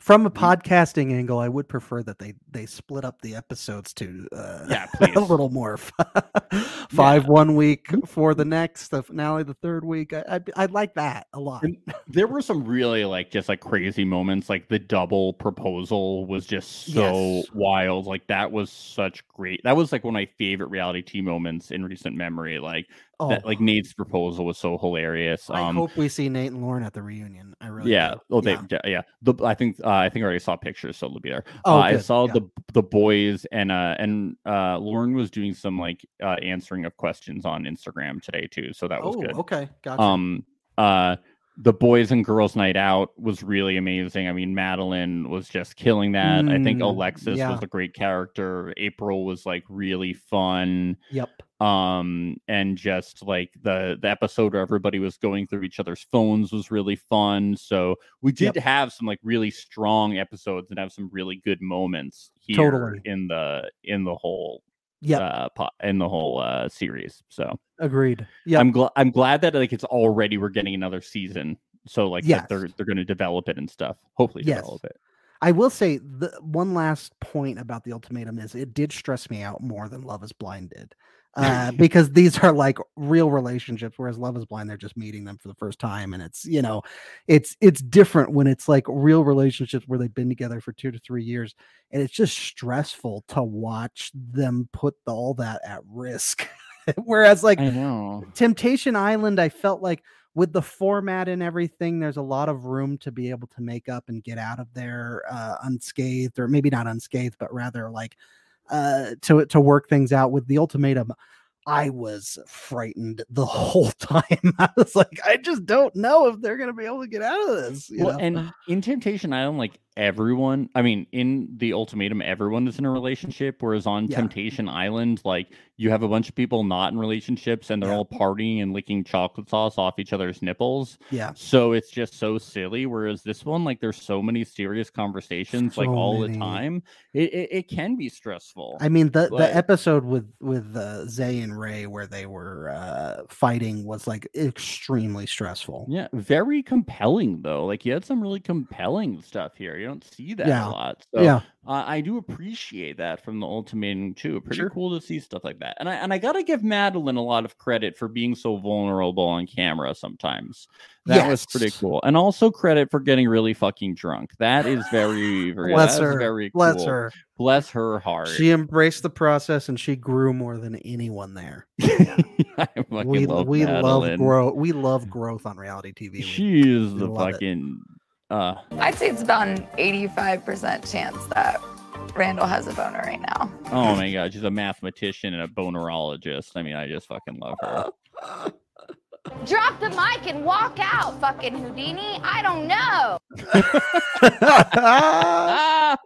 [SPEAKER 3] From a
[SPEAKER 2] Mm.
[SPEAKER 3] podcasting angle, I would prefer that they they split up the episodes to uh,
[SPEAKER 2] yeah
[SPEAKER 3] a
[SPEAKER 2] please
[SPEAKER 3] little more f- five one week
[SPEAKER 2] Mm-hmm.
[SPEAKER 3] for the next the finale the third week I, I I like that a lot
[SPEAKER 2] And- there were some really like just like crazy moments like the double proposal was just so
[SPEAKER 3] Yes.
[SPEAKER 2] wild like that was such great that was like one of my favorite reality t moments in recent memory like
[SPEAKER 3] oh
[SPEAKER 2] that like nate's proposal was so hilarious
[SPEAKER 3] I
[SPEAKER 2] um
[SPEAKER 3] hope we see Nate and Lauren at the reunion I really
[SPEAKER 2] yeah.
[SPEAKER 3] do.
[SPEAKER 2] Oh, they.
[SPEAKER 3] Yeah.
[SPEAKER 2] Yeah. yeah. The I think uh, I think I already saw pictures, so it'll be there.
[SPEAKER 3] Oh,
[SPEAKER 2] uh, I
[SPEAKER 3] good,
[SPEAKER 2] saw
[SPEAKER 3] yeah.
[SPEAKER 2] the the boys and uh and uh Lauren was doing some like uh answering of questions on Instagram today too, so that was
[SPEAKER 3] oh
[SPEAKER 2] good.
[SPEAKER 3] okay gotcha
[SPEAKER 2] Um. Uh. The boys and girls night out was really amazing. I mean, Madeline was just killing that. I think
[SPEAKER 3] Mm,
[SPEAKER 2] Alexis
[SPEAKER 3] yeah.
[SPEAKER 2] was a great character. April was like really fun
[SPEAKER 3] yep
[SPEAKER 2] um and just like the the episode where everybody was going through each other's phones was really fun so we did
[SPEAKER 3] Yep.
[SPEAKER 2] have some like really strong episodes and have some really good moments here
[SPEAKER 3] Totally.
[SPEAKER 2] in the in the whole
[SPEAKER 3] yep
[SPEAKER 2] uh po- in the whole uh series so
[SPEAKER 3] agreed yep
[SPEAKER 2] i'm glad i'm glad that like it's already we're getting another season so like that they're
[SPEAKER 3] Yes.
[SPEAKER 2] they're going to develop it and stuff hopefully
[SPEAKER 3] Yes.
[SPEAKER 2] develop it
[SPEAKER 3] I will say the one last point about the ultimatum is it did stress me out more than Love Is Blind did. uh, because these are like real relationships. Whereas Love Is Blind, they're just meeting them for the first time, and it's you know, it's it's different when it's like real relationships where they've been together for two to three years, and it's just stressful to watch them put the- all that at risk. Whereas like
[SPEAKER 2] I know.
[SPEAKER 3] Temptation Island, I felt like with the format and everything, there's a lot of room to be able to make up and get out of there uh, unscathed, or maybe not unscathed, but rather like uh, to to work things out. With the ultimatum, I was frightened the whole time. I was like, I just don't know if they're gonna be able to get out of this. You
[SPEAKER 2] Well,
[SPEAKER 3] know?
[SPEAKER 2] and in Temptation Island, like everyone, I mean, in the ultimatum, everyone is in a relationship. Whereas on
[SPEAKER 3] Yeah.
[SPEAKER 2] Temptation Island, like you have a bunch of people not in relationships and they're
[SPEAKER 3] Yeah.
[SPEAKER 2] all partying and licking chocolate sauce off each other's nipples.
[SPEAKER 3] yeah,
[SPEAKER 2] So it's just so silly. Whereas this one, like there's so many serious conversations like
[SPEAKER 3] So
[SPEAKER 2] all
[SPEAKER 3] many.
[SPEAKER 2] the time. It, it, it can be stressful.
[SPEAKER 3] I mean the
[SPEAKER 2] But-
[SPEAKER 3] the episode with with uh, Zay and Ray where they were uh, fighting was like extremely stressful.
[SPEAKER 2] yeah, very compelling though. Like you had some really compelling stuff here. You don't see that a
[SPEAKER 3] Yeah.
[SPEAKER 2] lot. So
[SPEAKER 3] Yeah,
[SPEAKER 2] Uh, I do appreciate that from the Ultimatum too. Pretty
[SPEAKER 3] Sure.
[SPEAKER 2] cool to see stuff like that, and I and I gotta give Madeline a lot of credit for being so vulnerable on camera sometimes. That was pretty
[SPEAKER 3] Yes.
[SPEAKER 2] cool, and also credit for getting really fucking drunk. That is very, very
[SPEAKER 3] Bless
[SPEAKER 2] that is
[SPEAKER 3] her.
[SPEAKER 2] very
[SPEAKER 3] bless
[SPEAKER 2] cool.
[SPEAKER 3] her.
[SPEAKER 2] bless her heart.
[SPEAKER 3] She embraced the process and she grew more than anyone there.
[SPEAKER 2] I fucking
[SPEAKER 3] we
[SPEAKER 2] love
[SPEAKER 3] we love
[SPEAKER 2] Madeline.
[SPEAKER 3] growth. We love growth on reality TV. We-
[SPEAKER 2] She is the
[SPEAKER 3] love it.
[SPEAKER 2] fucking. Uh,
[SPEAKER 7] I'd say it's about an 85% chance that Randall has a boner right now.
[SPEAKER 2] oh my god, she's a mathematician and a bonerologist. I mean, I just fucking love her.
[SPEAKER 8] Drop the mic and walk out, fucking Houdini. I don't know.
[SPEAKER 2] Ah!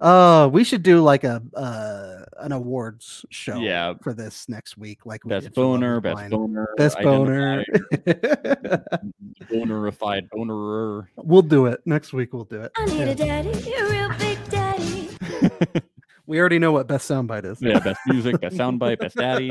[SPEAKER 3] uh, we should do like a uh, an awards show.
[SPEAKER 2] Yeah.
[SPEAKER 3] for this next week, like we
[SPEAKER 2] Best
[SPEAKER 3] did for Love is
[SPEAKER 2] boner, best
[SPEAKER 3] Blind.
[SPEAKER 2] boner,
[SPEAKER 3] Best boner.
[SPEAKER 2] identify- bonerified bonerer.
[SPEAKER 3] we'll do it next week. We'll do it. Yeah.
[SPEAKER 8] daddy, a real big daddy.
[SPEAKER 3] We already know what best soundbite is.
[SPEAKER 2] Yeah, best music, best soundbite, best daddy.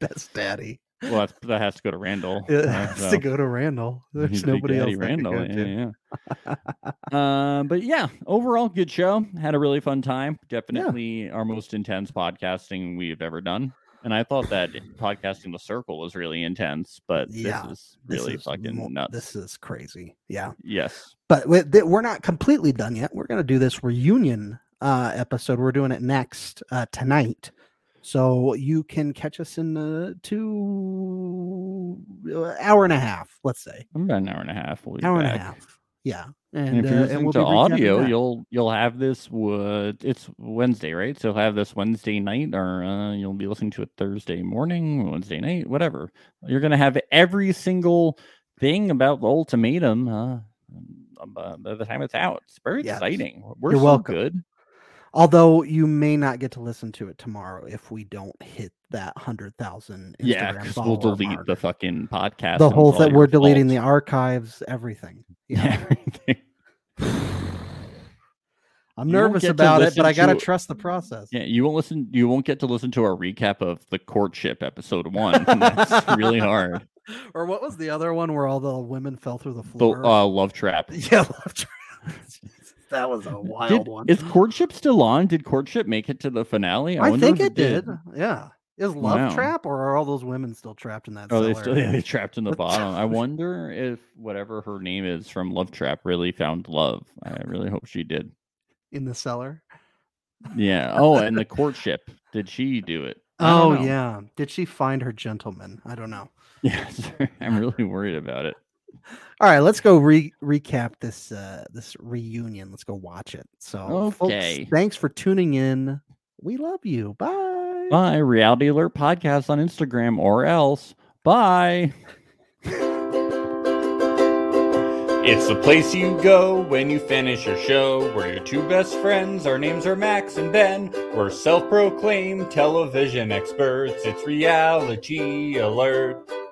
[SPEAKER 3] Best daddy.
[SPEAKER 2] Well, that's, that has to go to Randall.
[SPEAKER 3] It
[SPEAKER 2] uh,
[SPEAKER 3] has
[SPEAKER 2] so
[SPEAKER 3] to go to Randall.
[SPEAKER 2] he's
[SPEAKER 3] There's
[SPEAKER 2] Big
[SPEAKER 3] nobody else.
[SPEAKER 2] Daddy
[SPEAKER 3] that could
[SPEAKER 2] Randall.
[SPEAKER 3] go to.
[SPEAKER 2] yeah, yeah. uh, but yeah, overall, good show. Had a really fun time. Definitely our most intense podcasting we've ever done. And I thought that podcasting the circle was really intense, but
[SPEAKER 3] Yeah,
[SPEAKER 2] this is
[SPEAKER 3] This
[SPEAKER 2] really
[SPEAKER 3] is
[SPEAKER 2] fucking
[SPEAKER 3] mo-
[SPEAKER 2] nuts.
[SPEAKER 3] This is crazy. Yeah.
[SPEAKER 2] Yes.
[SPEAKER 3] but we- th- we're not completely done yet. We're going to do this reunion uh, episode. We're doing it next uh, tonight, so you can catch us in uh, two uh, hour and a half, let's say
[SPEAKER 2] I'm about an hour and a half. We'll be
[SPEAKER 3] hour
[SPEAKER 2] back.
[SPEAKER 3] and a half. Yeah,
[SPEAKER 2] And, if
[SPEAKER 3] uh,
[SPEAKER 2] you're listening
[SPEAKER 3] we'll
[SPEAKER 2] to
[SPEAKER 3] be recapping
[SPEAKER 2] audio,
[SPEAKER 3] that.
[SPEAKER 2] you'll you'll have this. Uh, it's Wednesday, right? So you'll have this Wednesday night, or uh, you'll be listening to it Thursday morning, Wednesday night, whatever. You're gonna have every single thing about the ultimatum uh, um, uh, by the time it's out. It's very
[SPEAKER 3] Yes.
[SPEAKER 2] exciting. We're
[SPEAKER 3] You're
[SPEAKER 2] so
[SPEAKER 3] welcome.
[SPEAKER 2] good.
[SPEAKER 3] although you may not get to listen to it tomorrow if we don't hit that hundred thousand.
[SPEAKER 2] yeah, because we'll delete the fucking podcast.
[SPEAKER 3] the
[SPEAKER 2] and
[SPEAKER 3] whole
[SPEAKER 2] it's all
[SPEAKER 3] thing.
[SPEAKER 2] your
[SPEAKER 3] We're deleting the
[SPEAKER 2] fault.
[SPEAKER 3] archives, everything. Yeah.
[SPEAKER 2] Everything.
[SPEAKER 3] I'm
[SPEAKER 2] You won't
[SPEAKER 3] nervous
[SPEAKER 2] get to
[SPEAKER 3] about it,
[SPEAKER 2] listen
[SPEAKER 3] but I gotta
[SPEAKER 2] to-
[SPEAKER 3] trust the process.
[SPEAKER 2] Yeah, you won't listen. You won't get to listen to our recap of the courtship episode one. That's really hard.
[SPEAKER 3] Or what was the other one where all the women fell through the
[SPEAKER 2] The
[SPEAKER 3] floor?
[SPEAKER 2] uh, love trap.
[SPEAKER 3] yeah, love Triangle. Jesus, that was a wild
[SPEAKER 2] Did,
[SPEAKER 3] one.
[SPEAKER 2] is courtship still on? Did courtship make it to the finale?
[SPEAKER 3] I,
[SPEAKER 2] wonder
[SPEAKER 3] think
[SPEAKER 2] if
[SPEAKER 3] it did. Yeah, is Love
[SPEAKER 2] Wow.
[SPEAKER 3] Trap or are all those women still trapped in that?
[SPEAKER 2] Oh, they
[SPEAKER 3] cellar?
[SPEAKER 2] still yeah, they trapped in the bottom. I wonder if whatever her name is from Love Trap really found love. I really hope she did.
[SPEAKER 3] in the cellar.
[SPEAKER 2] Yeah. Oh, and the courtship. Did she do it? I
[SPEAKER 3] Oh
[SPEAKER 2] don't know.
[SPEAKER 3] yeah, did she find her gentleman? I don't know.
[SPEAKER 2] Yes. I'm really worried about it.
[SPEAKER 3] All right, let's go re- recap this uh this reunion. Let's go watch it. So, folks,
[SPEAKER 2] Okay.
[SPEAKER 3] thanks for tuning in. We love you. Bye.
[SPEAKER 2] Bye, Reality Alert Podcast on Instagram or else. Bye.
[SPEAKER 1] It's the place you go when you finish your show. We're your two best friends. Our names are Max and Ben. We're self proclaimed television experts. It's reality alert.